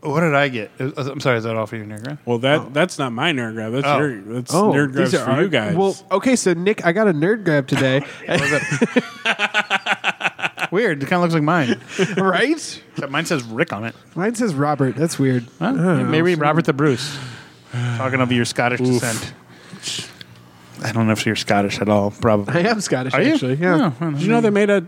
What did I get? It was- I'm sorry, is that all for you, Nick? right? Well, that that's not my nerd grab. That's Oh. your that's nerd grabs these for are our- you guys. Well, okay, so Nick, I got a nerd grab today, Weird. It kind of looks like mine. right? Except mine says Rick on it. Mine says Robert. That's weird. Huh? Maybe Robert the Bruce. Talking of your Scottish descent. I don't know if you're Scottish at all, probably. I am Scottish, Are you? actually. Yeah. Oh, well, did you know they made a,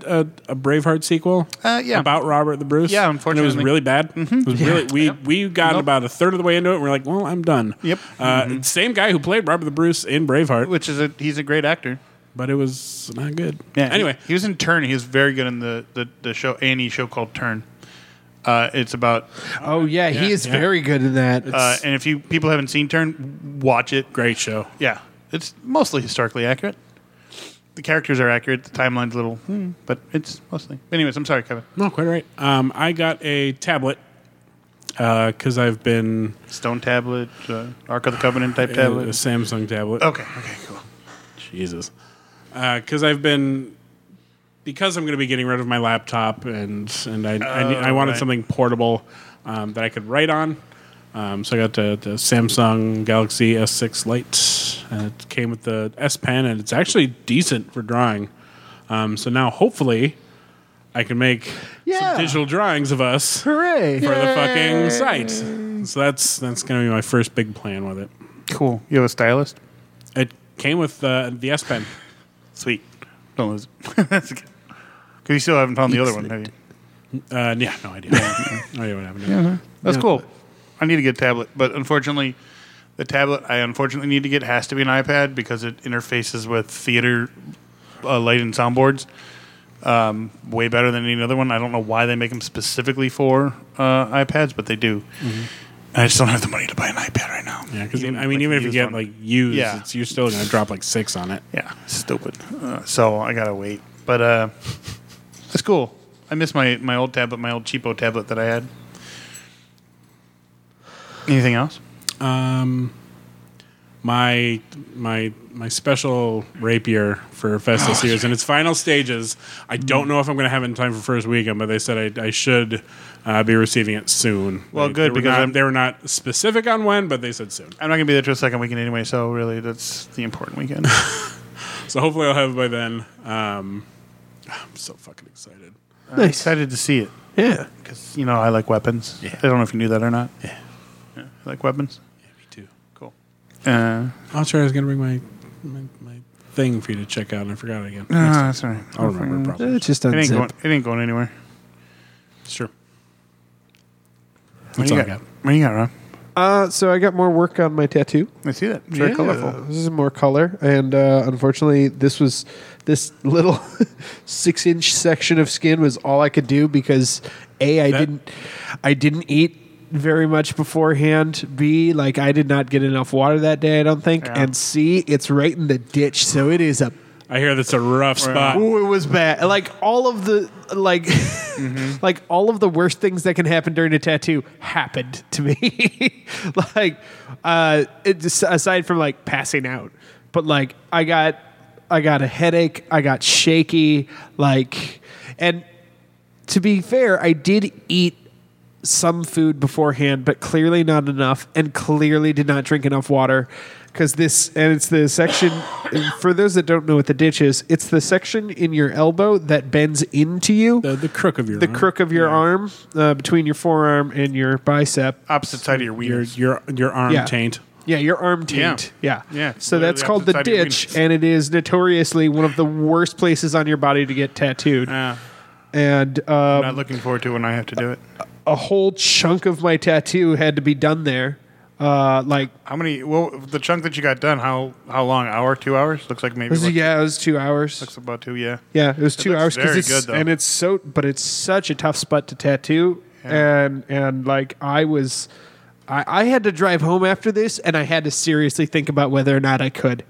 a, a Braveheart sequel? Uh, yeah. About Robert the Bruce? Yeah, And It unfortunately. Mm-hmm. was really bad. It was really, we, we got about a third of the way into it and we're like, well, I'm done. Yep. Mm-hmm. Uh, Same guy who played Robert the Bruce in Braveheart, Which is a he's a great actor. but it was not good. Yeah. Anyway, he, he was in Turn. He was very good in the the, the show any show called Turn. Uh, it's about Oh, yeah, he is yeah. very good in that. uh, and if you people haven't seen Turn, watch it. great show. Yeah, it's mostly historically accurate. The characters are accurate. The timeline's a little, hmm, but it's mostly. Anyways, I'm sorry, Kevin. No, quite right. Um, I got a tablet because I've been Stone tablet, uh, Ark of the Covenant type a, tablet. Oh. Samsung tablet. Okay, okay, cool. Jesus. Because I've been because I'm going to be getting rid of my laptop and and I I, ne- I Oh, wanted right. something portable um, that I could write on. Um, so I got the, the Samsung Galaxy S6 Lite. And it came with the S Pen, and it's actually decent for drawing. Um, so now hopefully I can make Yeah. some digital drawings of us Hooray. for the fucking site. So that's that's going to be my first big plan with it. Cool. You have a stylist? It came with uh, the S Pen. Sweet. Don't lose it. That's good. Because you still haven't found the other one, have you? Uh, yeah, no idea. Oh, no idea what happened. To it. That's cool. I need to get a tablet, but unfortunately, the tablet I unfortunately need to get has to be an iPad because it interfaces with theater uh, light and soundboards um, way better than any other one. I don't know why they make them specifically for uh, iPads, but they do. I just don't have the money to buy an iPad right now. Mm-hmm. Yeah, because I mean, even if you used get one. like used, Yeah. it's, you're still going to drop like six on it. Yeah, stupid. Uh, so I gotta wait, but uh, that's cool. I miss my my old tablet, my old cheapo tablet that I had. Anything else? My my my special rapier for Festus here is in its final stages. I don't know if I'm going to have it in time for first weekend, but they said I, I should uh, be receiving it soon. Well, They- good, they were because not- I'm- they were not specific on when, but they said soon. I'm not gonna be there till the second weekend anyway, so really, that's the important weekend. So hopefully I'll have it by then. Um, I'm so fucking excited. I'm excited to see it Yeah. because you know I like weapons. I don't know if you knew that or not. Yeah, I like weapons. Yeah, me too. Cool. Uh, I'll try. Oh, I was going to bring my, my my thing for you to check out, and I forgot again. no, that's all right. I'll remember probably. It's just Mm-hmm. It ain't going. unzipped. It ain't going anywhere. Sure. What That's do all you I got? got. What do you got, Rob? Uh, so I got more work on my tattoo. I see that. It's very Yeah, colorful. This is more color, and uh, unfortunately, this was this little six-inch section of skin was all I could do because a I That- didn't I didn't eat very much beforehand. B like I did not get enough water that day. I don't think, Yeah. and C it's right in the ditch, so it is a I hear that's a rough spot. Ooh, it was bad. Like all of the like like all of the worst things that can happen during a tattoo happened to me. like uh it just, aside from like passing out. But like I got I got a headache, I got shaky, like and to be fair, I did eat some food beforehand, but clearly not enough, and clearly did not drink enough water. Because this, and it's the section, for those that don't know what the ditch is, it's the section in your elbow that bends into you, the, The, the crook of your arm. crook of your arm, uh, between your forearm and your bicep. Opposite side of your your wheels. your your arm Yeah. taint. Yeah, your arm taint. Yeah. Yeah, So that's literally called opposite the side of your ditch, penis. and it is notoriously one of the worst places on your body to get tattooed. Yeah. and um, Not looking forward to when I have to do it. a whole chunk of my tattoo had to be done there Uh, like How many? Well, the chunk that you got done. How how long? Hour? Two hours? Looks like maybe. was it, like- yeah, it was two hours. Looks about two. Yeah. Yeah, it was two looks hours because very it's good, though. and it's so, but it's such a tough spot to tattoo, Yeah. and and like I was, I, I had to drive home after this, and I had to seriously think about whether or not I could.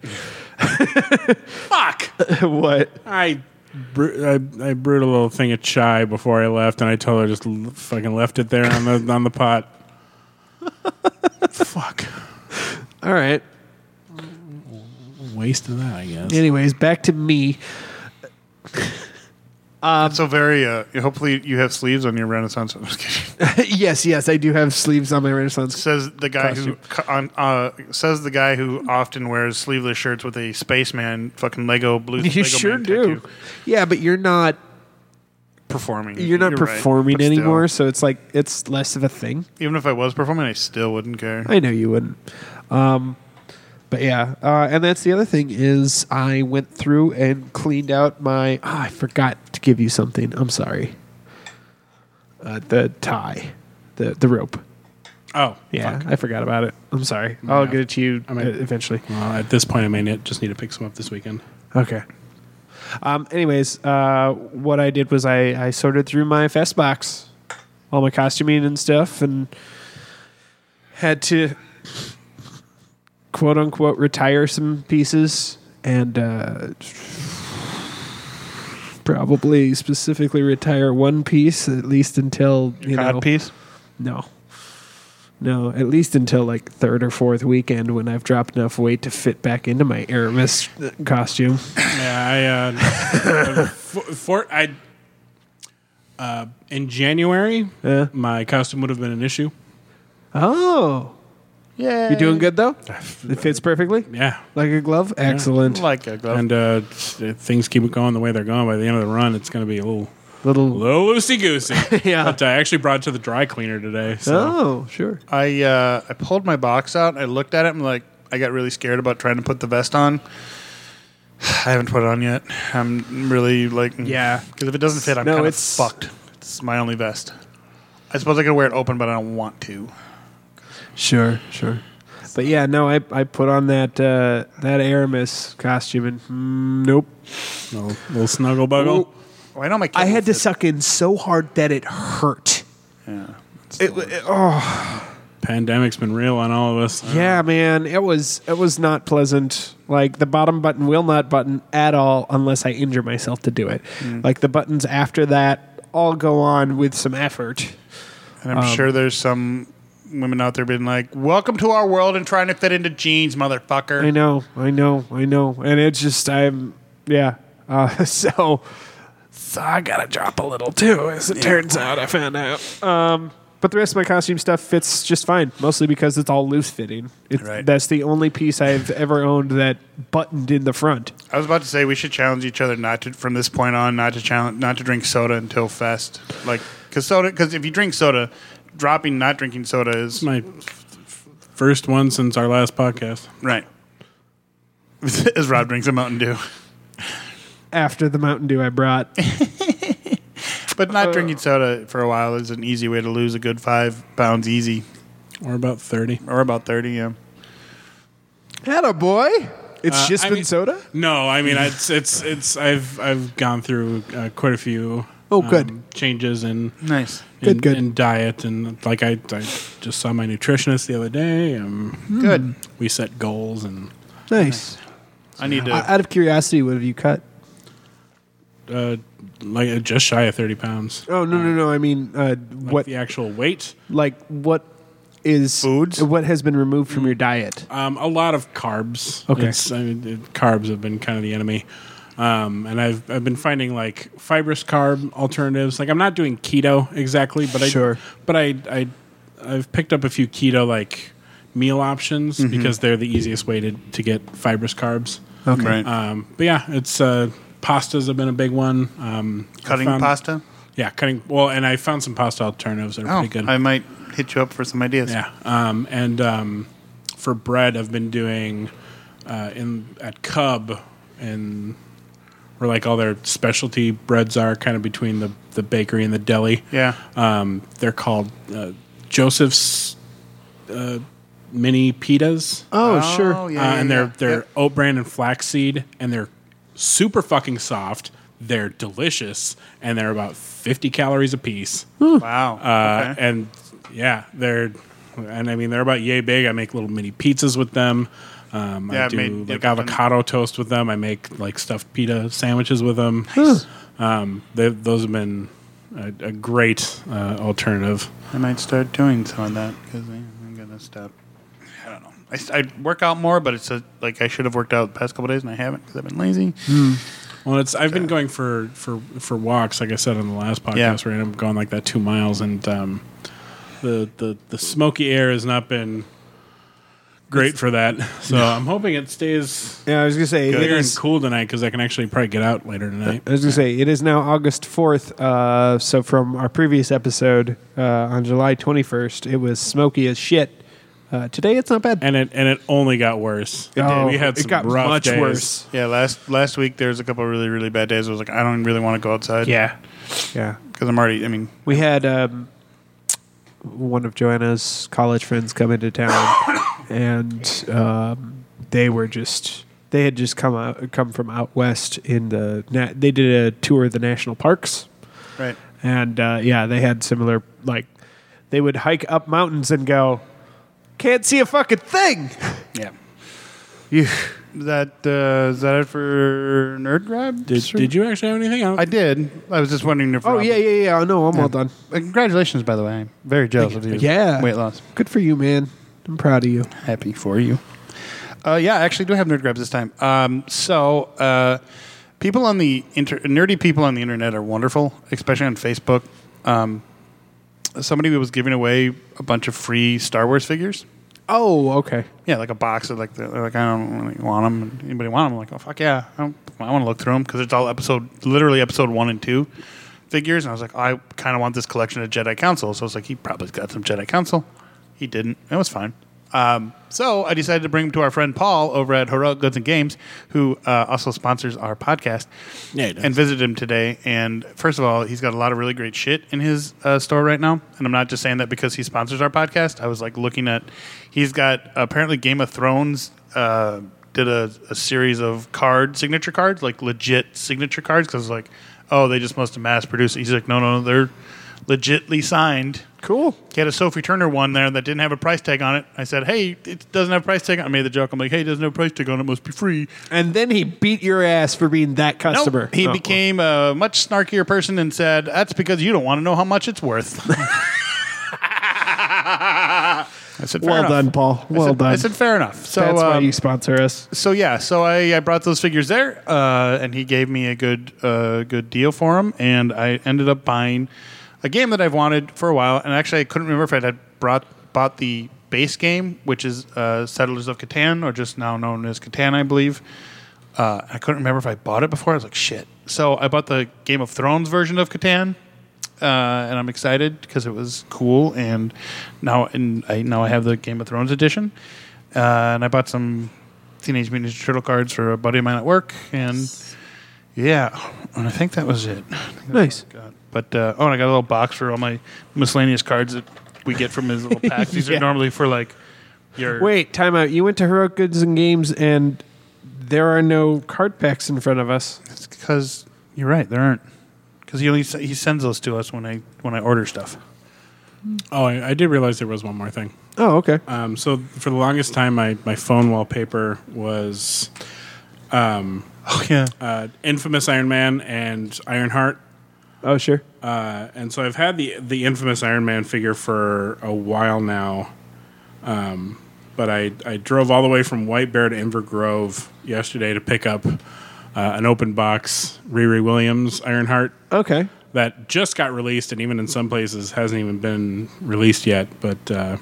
Fuck! what? I, br- I I brewed a little thing of chai before I left, and I told her just l- fucking left it there on the on the pot. Fuck, All right. waste of that, I guess. Anyways, back to me. so very. Uh, hopefully you have sleeves on your Renaissance. I'm just kidding. yes, yes, I do have sleeves on my Renaissance. says the guy who co- on, uh, says the guy who often wears sleeveless shirts with a spaceman fucking Lego blue. You Lego sure man do. tattoo Yeah, but you're not Performing. you're not right, performing but still. anymore, so it's like it's less of a thing. Even if I was performing, I still wouldn't care. I know you wouldn't. Um, but yeah, uh, and that's the other thing is I went through and cleaned out my. ah, I forgot to give you something. I'm sorry. Uh, the tie, the the rope. Oh, Yeah, fuck. I forgot about it. I'm sorry. I'll get it to you mean- uh, eventually. Well, at this point, I may ne- just need to pick some up this weekend. Okay. Um, anyways, uh, what I did was I, I sorted through my fest box, all my costuming and stuff, and had to quote unquote retire some pieces and uh, probably specifically retire one piece at least until you know piece. no. No, at least until like third or fourth weekend when I've dropped enough weight to fit back into my Aramis costume. Yeah, I uh, for, for I uh, in January Yeah. my costume would have been an issue. Oh. Yeah. You doing good though? It fits perfectly? Yeah, Like a glove? Excellent. Like a glove. and uh, if things keep going the way they're going. By the end of the run, it's going to be a little Little little loosey goosey. Yeah. but uh, I actually brought it to the dry cleaner today. So Oh, sure. I uh, I pulled my box out. I looked at it. and like, I got really scared about trying to put the vest on. I haven't put it on yet. I'm really like, mm. Yeah. because if it doesn't fit, I'm No, kind of it's- fucked. It's my only vest. I suppose I could wear it open, but I don't want to. Sure, sure. But yeah, no, I, I put on that uh, that Aramis costume and mm, nope. little, little snuggle buggle. Oh, I know my. Kid I had will to fit. suck in so hard that it hurt. Pandemic's been real on all of us. Yeah, man, it was it was not pleasant. Like the bottom button will not button at all unless I injure myself to do it. Like the buttons after that all go on with some effort. And I'm Um, sure there's some women out there being like, "Welcome to our world," and trying to fit into jeans, motherfucker. I know, I know, I know, and it's just I'm yeah. Uh, so so I gotta drop a little too, as it turns out. I found out. Um, but the rest of my costume stuff fits just fine, mostly because it's all loose fitting. It's, Right. That's the only piece I've ever owned that buttoned in the front. I was about to say we should challenge each other not to from this point on not to challenge not to drink soda until fest. Like cuz soda cuz if you drink soda, dropping not drinking soda is my f- f- first one since our last podcast. right. As Rob drinks a Mountain Dew. After the Mountain Dew I brought, But Uh, not drinking soda for a while is an easy way to lose a good 5 pounds easy We're about thirty. or about 30, yeah. Had a boy. It's Uh, just I been mean- soda. No, I mean it's it's it's I've I've gone through uh, quite a few. Oh, um, good. changes in Nice. in, Good, good. in diet and like I, I just saw my nutritionist the other day. Um, Good. we set goals and Hmm. Nice. I need to Out of curiosity, what have you cut? uh, like uh, just shy of thirty pounds. Oh no no no! I mean, uh, Like what the actual weight? like what is Foods? What has been removed from your diet? Um, a lot of carbs. Okay. It's- I mean, it- carbs have been kind of the enemy. Um, and I've I've been finding like fibrous carb alternatives. Like I'm not doing keto exactly, but I Sure. but I I I've picked up a few keto like meal options Mm-hmm. because they're the easiest way to to get fibrous carbs. Okay. right. Um, but yeah, it's uh, pastas have been a big one. Um, I cutting found- pasta. Yeah, cutting. Well, and I found some pasta alternatives that are Oh, pretty good. I might hit you up for some ideas. yeah, um, and um, for bread, I've been doing uh, in at Cub and where like all their specialty breads are, kind of between the the bakery and the deli. Yeah. Um, they're called uh, Joseph's. Uh, mini pitas. Oh, sure. Oh, yeah. uh, and they're yeah. they're Yep. oat bran and flaxseed, and they're super fucking soft. They're delicious, and they're about fifty calories a piece. Wow. Uh, Okay. And yeah, they're and I mean they're about yay big. I make little mini pizzas with them. Um, Yeah, I I've do made- like I've done- avocado toast with them. I make like stuffed pita sandwiches with them. Um, they, those have been a, a great uh, alternative. I might start doing some of that because I'm gonna stop. I don't know. I, s- I work out more, but it's a, like I should have worked out the past couple days and I haven't because I've been lazy. Well, it's I've been going for for for walks, like I said on the last podcast, Yeah. where I'm going like that two miles, and um, the the the smoky air has not been great for that. So I'm hoping it stays Yeah, I was gonna say it clear and is. cool tonight because I can actually probably get out later tonight. I was gonna say it is now August fourth. Uh, so from our previous episode uh, on July twenty first, it was smoky as shit. Uh, today it's not bad. And it and it only got worse. It did. We had It some got rough much days. worse. Yeah, last last week there was a couple of really really bad days. I was like, I don't really want to go outside. yeah, yeah. because I'm already. I mean, We had um, one of Joanna's college friends come into town, and um, they were just they had just come out come from out west in the na- they did a tour of the national parks, right. and uh, yeah, they had similar like they would hike up mountains and go. Can't see a fucking thing. Yeah. You that uh, is that it for nerd grab? Did, Sure. did you actually have anything? I did. I was just wondering if. Oh yeah, yeah, yeah. Oh no, I'm all done. Uh, Congratulations, by the way. I'm very jealous of you. Yeah. Weight loss. Good for you, man. I'm proud of you. happy for you. Uh, yeah, I actually do have nerd grabs this time. Um, so uh, people on the inter- nerdy people on the internet are wonderful, especially on Facebook. Um, somebody was giving away a bunch of free Star Wars figures. Oh, okay. Yeah, like a box of like the, they're like I don't really want them. Anybody want them? I'm like oh fuck yeah, I, don't- I want to look through them because it's all episode, literally episode one and two figures. And I was like, I kind of want this collection of Jedi Council. So I was like, he probably's got some Jedi Council. He didn't. That was fine. Um, so I decided to bring them to our friend Paul over at Heroic Goods and Games, who uh, also sponsors our podcast. Yeah, he does. and visited him today. And first of all, he's got a lot of really great shit in his uh, store right now. And I'm not just saying that because he sponsors our podcast. I was like looking at, he's got apparently Game of Thrones uh, did a, a series of card signature cards, like legit signature cards. Because like, oh, they just must have mass produced. it. He's like, no, no, no, they're legitly signed. Cool. He had a Sophie Turner one there that didn't have a price tag on it. I said, hey, it doesn't have a price tag. on it. I made the joke. I'm like, hey, it doesn't have a price tag on it. it must be free. And then he beat your ass for being that Nope. customer. He Oh, became a much snarkier person and said, "That's because you don't want to know how much it's worth." I said, "Fair Well enough." done, Paul. I Well said- done. I said, "Fair enough." So, That's why um, you sponsor us. so yeah, so I, I brought those figures there, uh, and he gave me a good uh, good deal for them, and I ended up buying a game that I've wanted for a while, and actually I couldn't remember if I had brought bought the base game, which is uh, Settlers of Catan, or just now known as Catan, I believe. Uh, I couldn't remember if I bought it before. I was like, shit. So I bought the Game of Thrones version of Catan, uh, and I'm excited because it was cool, and now and I now I have the Game of Thrones edition, uh, and I bought some Teenage Mutant Ninja Turtle cards for a buddy of mine at work, and yeah, and I think that was it. I think that's Nice. all I got. But uh, oh, and I got a little box for all my miscellaneous cards that we get from his little packs. These Yeah. are normally for like your Wait, time out. You went to Heroic Goods and Games, and there are no card packs in front of us. It's because you're right. There aren't because he only s- he sends those to us when I when I order stuff. Oh, I, I did realize there was one more thing. Oh, okay. Um, so for the longest time, my, my phone wallpaper was Oh yeah, uh, infamous Iron Man and Ironheart. Oh, sure. Uh, and so I've had the the infamous Iron Man figure for a while now, um, but I, I drove all the way from White Bear to Inver Grove yesterday to pick up uh, an open box Riri Williams Ironheart Okay. that just got released and even in some places hasn't even been released yet. But uh,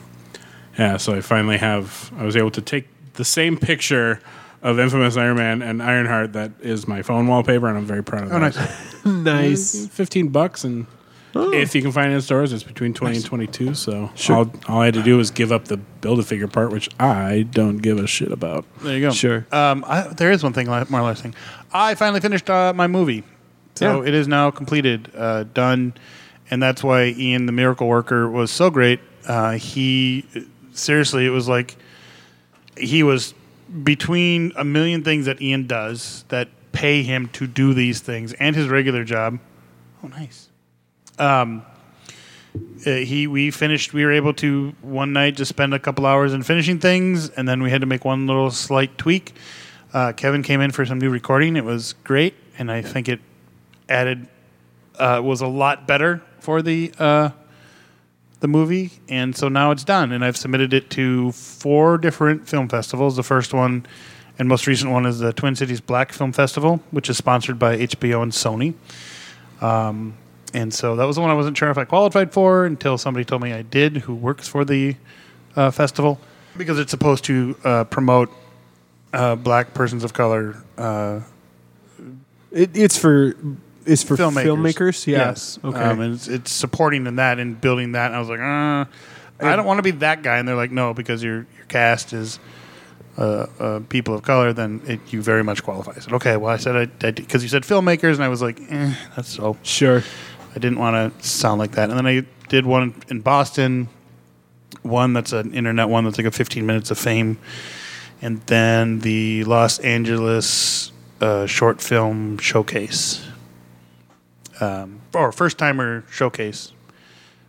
yeah, so I finally have I was able to take the same picture of infamous Iron Man and Ironheart that is my phone wallpaper, and I'm very proud of oh that. nice. nice. 15 bucks and if you can find it in stores it's between 20 and 22 so all, all i had to do was give up the build a figure part which i don't give a shit about There you go. Sure. Um, I, there is one thing la- more last thing. I finally finished uh, my movie, so Yeah. it is now completed, uh, done, and that's why Ian the Miracle Worker was so great. Uh, he seriously, it was like he was between a million things that Ian does that pay him to do these things and his regular job. Oh, nice. Um, uh, he we finished. We were able to one night just spend a couple hours in finishing things, and then we had to make one little slight tweak. Uh, Kevin came in for some new recording. It was great, and I think it added uh, was a lot better for the uh, the movie, and so now it's done. And I've submitted it to four different film festivals. The first one and most recent one is the Twin Cities Black Film Festival, which is sponsored by HBO and Sony. Um, and so that was the one I wasn't sure if I qualified for until somebody told me I did, who works for the uh, festival, because it's supposed to uh, promote uh, black persons of color. Uh, It, it's for it's for filmmakers. filmmakers. Yeah. Yes. Okay. Um, and it's, it's supporting in that and building that. And I was like, uh, I don't want to be that guy. And they're like, no, because your your cast is uh, uh, people of color, then it, you very much qualify. I said, okay. Well, I said I because you said filmmakers, and I was like, eh, that's so. sure. I didn't want to sound like that. And then I did one in Boston, one that's an internet one that's like a 15 minutes of fame, and then the Los Angeles uh, short film showcase, um, or first timer showcase,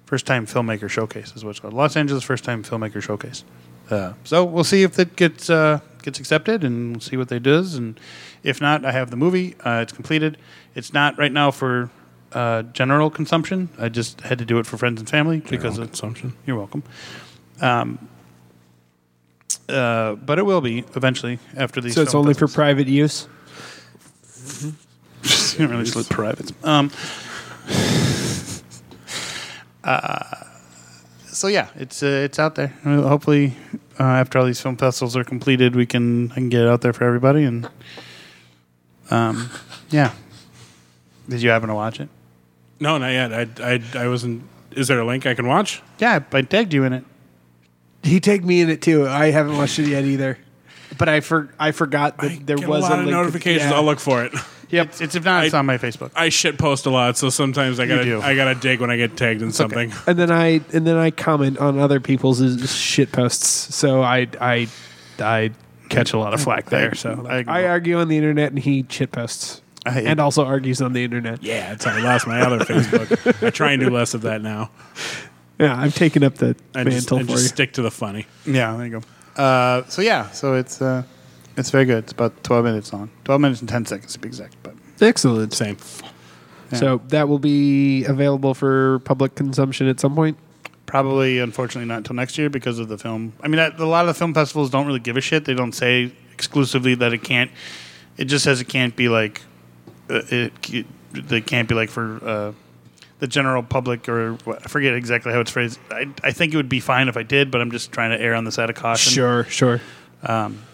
first time filmmaker showcase is what it's called. Los Angeles first time filmmaker showcase. Uh, so we'll see if it gets uh, gets accepted, and we'll see what they does. And if not, I have the movie. Uh, it's completed. It's not right now for uh, general consumption. I just had to do it for friends and family because of, consumption. You're welcome. Um, uh, but it will be eventually after these. So it's film only for festivals. private use. You don't really salute privates. Um, uh, so yeah, it's uh, it's out there. Well, Hopefully, uh, after all these film festivals are completed, we can I can get it out there for everybody. And um, yeah, did you happen to watch it? No, not yet. I, I, I wasn't. Is there a link I can watch? Yeah, I, I tagged you in it. He take me in it too. I haven't watched it yet either. But I for, I forgot that there Get was a lot of link. notifications. Yeah. I'll look for it. Yep, it's, it's if not, it's I- on my Facebook. I shit post a lot, so sometimes I do. gotta I gotta dig when I get tagged in something. And then I and then I comment on other people's shit posts. So I I I catch a lot of flack there. So I- I, argue on the internet and he shit posts. I- and also argues on the internet. Yeah, that's how I lost my other Facebook. I try and do less of that now. Yeah, I've taken up the I just, mantle I for just you. stick to the funny. Yeah, there you go. Uh, so yeah, so it's uh, it's very good. It's about twelve minutes long, twelve minutes and ten seconds to be exact. But Excellent. Same. So that will be available for public consumption at some point. probably, unfortunately, not until next year because of the film. I mean, that- a lot of the film festivals don't really give a shit. They don't say exclusively that it can't. It just says it can't be like uh, it. it they can't be like for. Uh, the general public, or what- I forget exactly how it's phrased. I, I think it would be fine if I did, but I'm just trying to err on the side of caution. Sure, sure.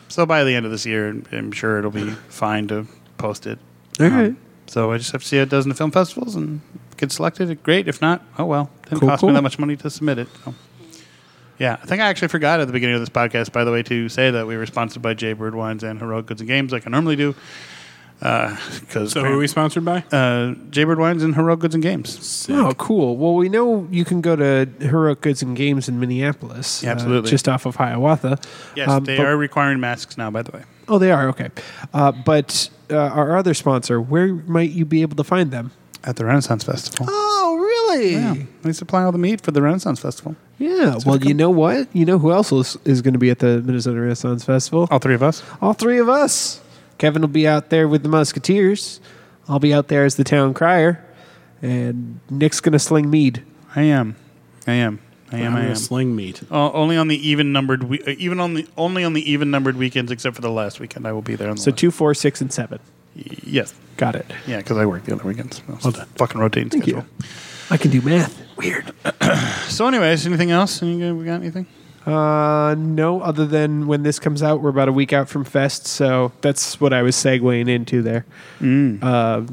So by the end of this year, I'm sure it'll be fine to post it. Um, All right. So I just have to see how it does in the film festivals and get selected. Great. If not, oh well. Didn't Cool, cost me cool. that much money to submit it. So. Yeah, I think I actually forgot at the beginning of this podcast, by the way, to say that we were sponsored by Jaybird Wines and Heroic Goods and Games, like I normally do. Because So who are we sponsored by? uh, Jaybird Wines and Heroic Goods and Games. Oh, cool. Well, we know you can go to Heroic Goods and Games in Minneapolis. uh, Yeah, absolutely. just off of Hiawatha. Yes, Um, they but- are requiring masks now, by the way. Oh, they are. Okay. Uh, but uh, our other sponsor, where might you be able to find them? At the Renaissance Festival. Oh, really? Yeah, Yeah. they supply all the meat for the Renaissance Festival. well, you know what? You know who else is, is going to be at the Minnesota Renaissance Festival? All three of us. All three of us. Kevin will be out there with the Musketeers. I'll be out there as the town crier. And Nick's going to sling mead. I am. I am. I I'm am. I gonna am. Sling meat. Uh, only on the even numbered, we- uh, even on the only on the even numbered weekends, except for the last weekend, I will be there. On the So last- two, four, six, and seven. yes, Got it. yeah, because I work the other weekends. Well done. Fucking rotating Thank schedule. you. I can do math. Weird. So, anyways, anything else? Any, we got anything? Uh, no, other than when this comes out, we're about a week out from Fest, so that's what I was segueing into there. Uh,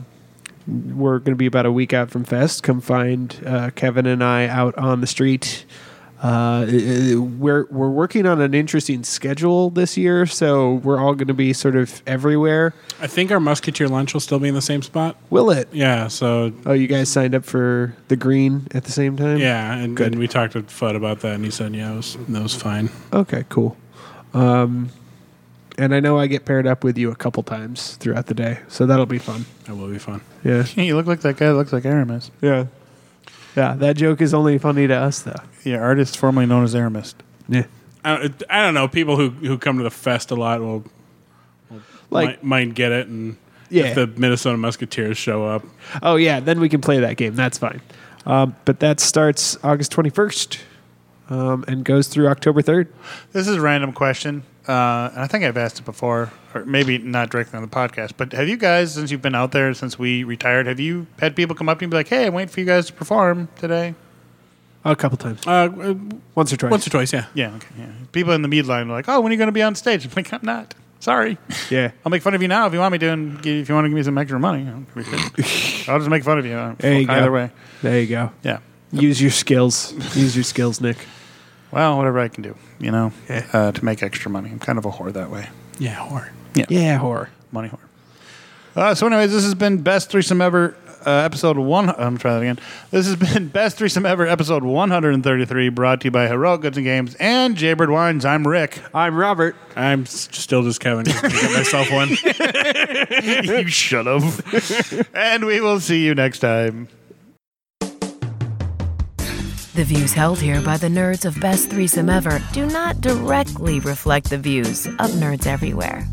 we're going to be about a week out from Fest. Come find uh, Kevin and I out on the street. Uh, i- i- we're we're working on an interesting schedule this year, so we're all going to be sort of everywhere. I think our musketeer lunch will still be in the same spot. Will it? Yeah. So Oh, you guys signed up for the green at the same time? yeah, and, Good. and we talked to Fudd about that, and he said yeah, it was, that was fine. Okay, cool. Um, and I know I get paired up with you a couple times throughout the day, so that'll be fun. That will be fun. Yeah, you look like that guy that looks like Aramis. yeah, yeah. That joke is only funny to us, though. Yeah, artist formerly known as Aramis. Yeah, I, I don't know. People who, who come to the fest a lot will like might, might get it, and Yeah. if the Minnesota Musketeers show up, oh yeah, then we can play that game. That's fine. Um, but that starts August twenty first, um, and goes through October third. This is a random question, uh, and I think I've asked it before, or maybe not directly on the podcast. But have you guys, since you've been out there since we retired, have you had people come up to you and be like, "Hey, I'm waiting for you guys to perform today"? A couple times, uh, uh, once or twice. once or twice, yeah. Yeah, okay, yeah. People in the mead line are like, "Oh, when are you going to be on stage?" I'm like, "I'm not. Sorry, yeah. I'll make fun of you now if you want me to, and gi- if you want to give me some extra money, I don't give a shit. I'll just make fun of you. I don't- There you either go. way, There you go. yeah." Use your skills. Use your skills, Nick. Well, whatever I can do, you know, Yeah. uh, to make extra money. I'm kind of a whore that way. Yeah, or Yeah, horror. money whore. Uh, so, anyways, this has been best threesome ever, uh, episode one. I'm trying that again. This has been best threesome ever, episode 133, brought to you by Heroic Goods and Games and Jaybird Wines. I'm Rick. I'm Robert. I'm s- still just Kevin. Just to get myself one. you shut up. and we will see you next time. The views held here by the nerds of Best Threesome Ever do not directly reflect the views of nerds everywhere.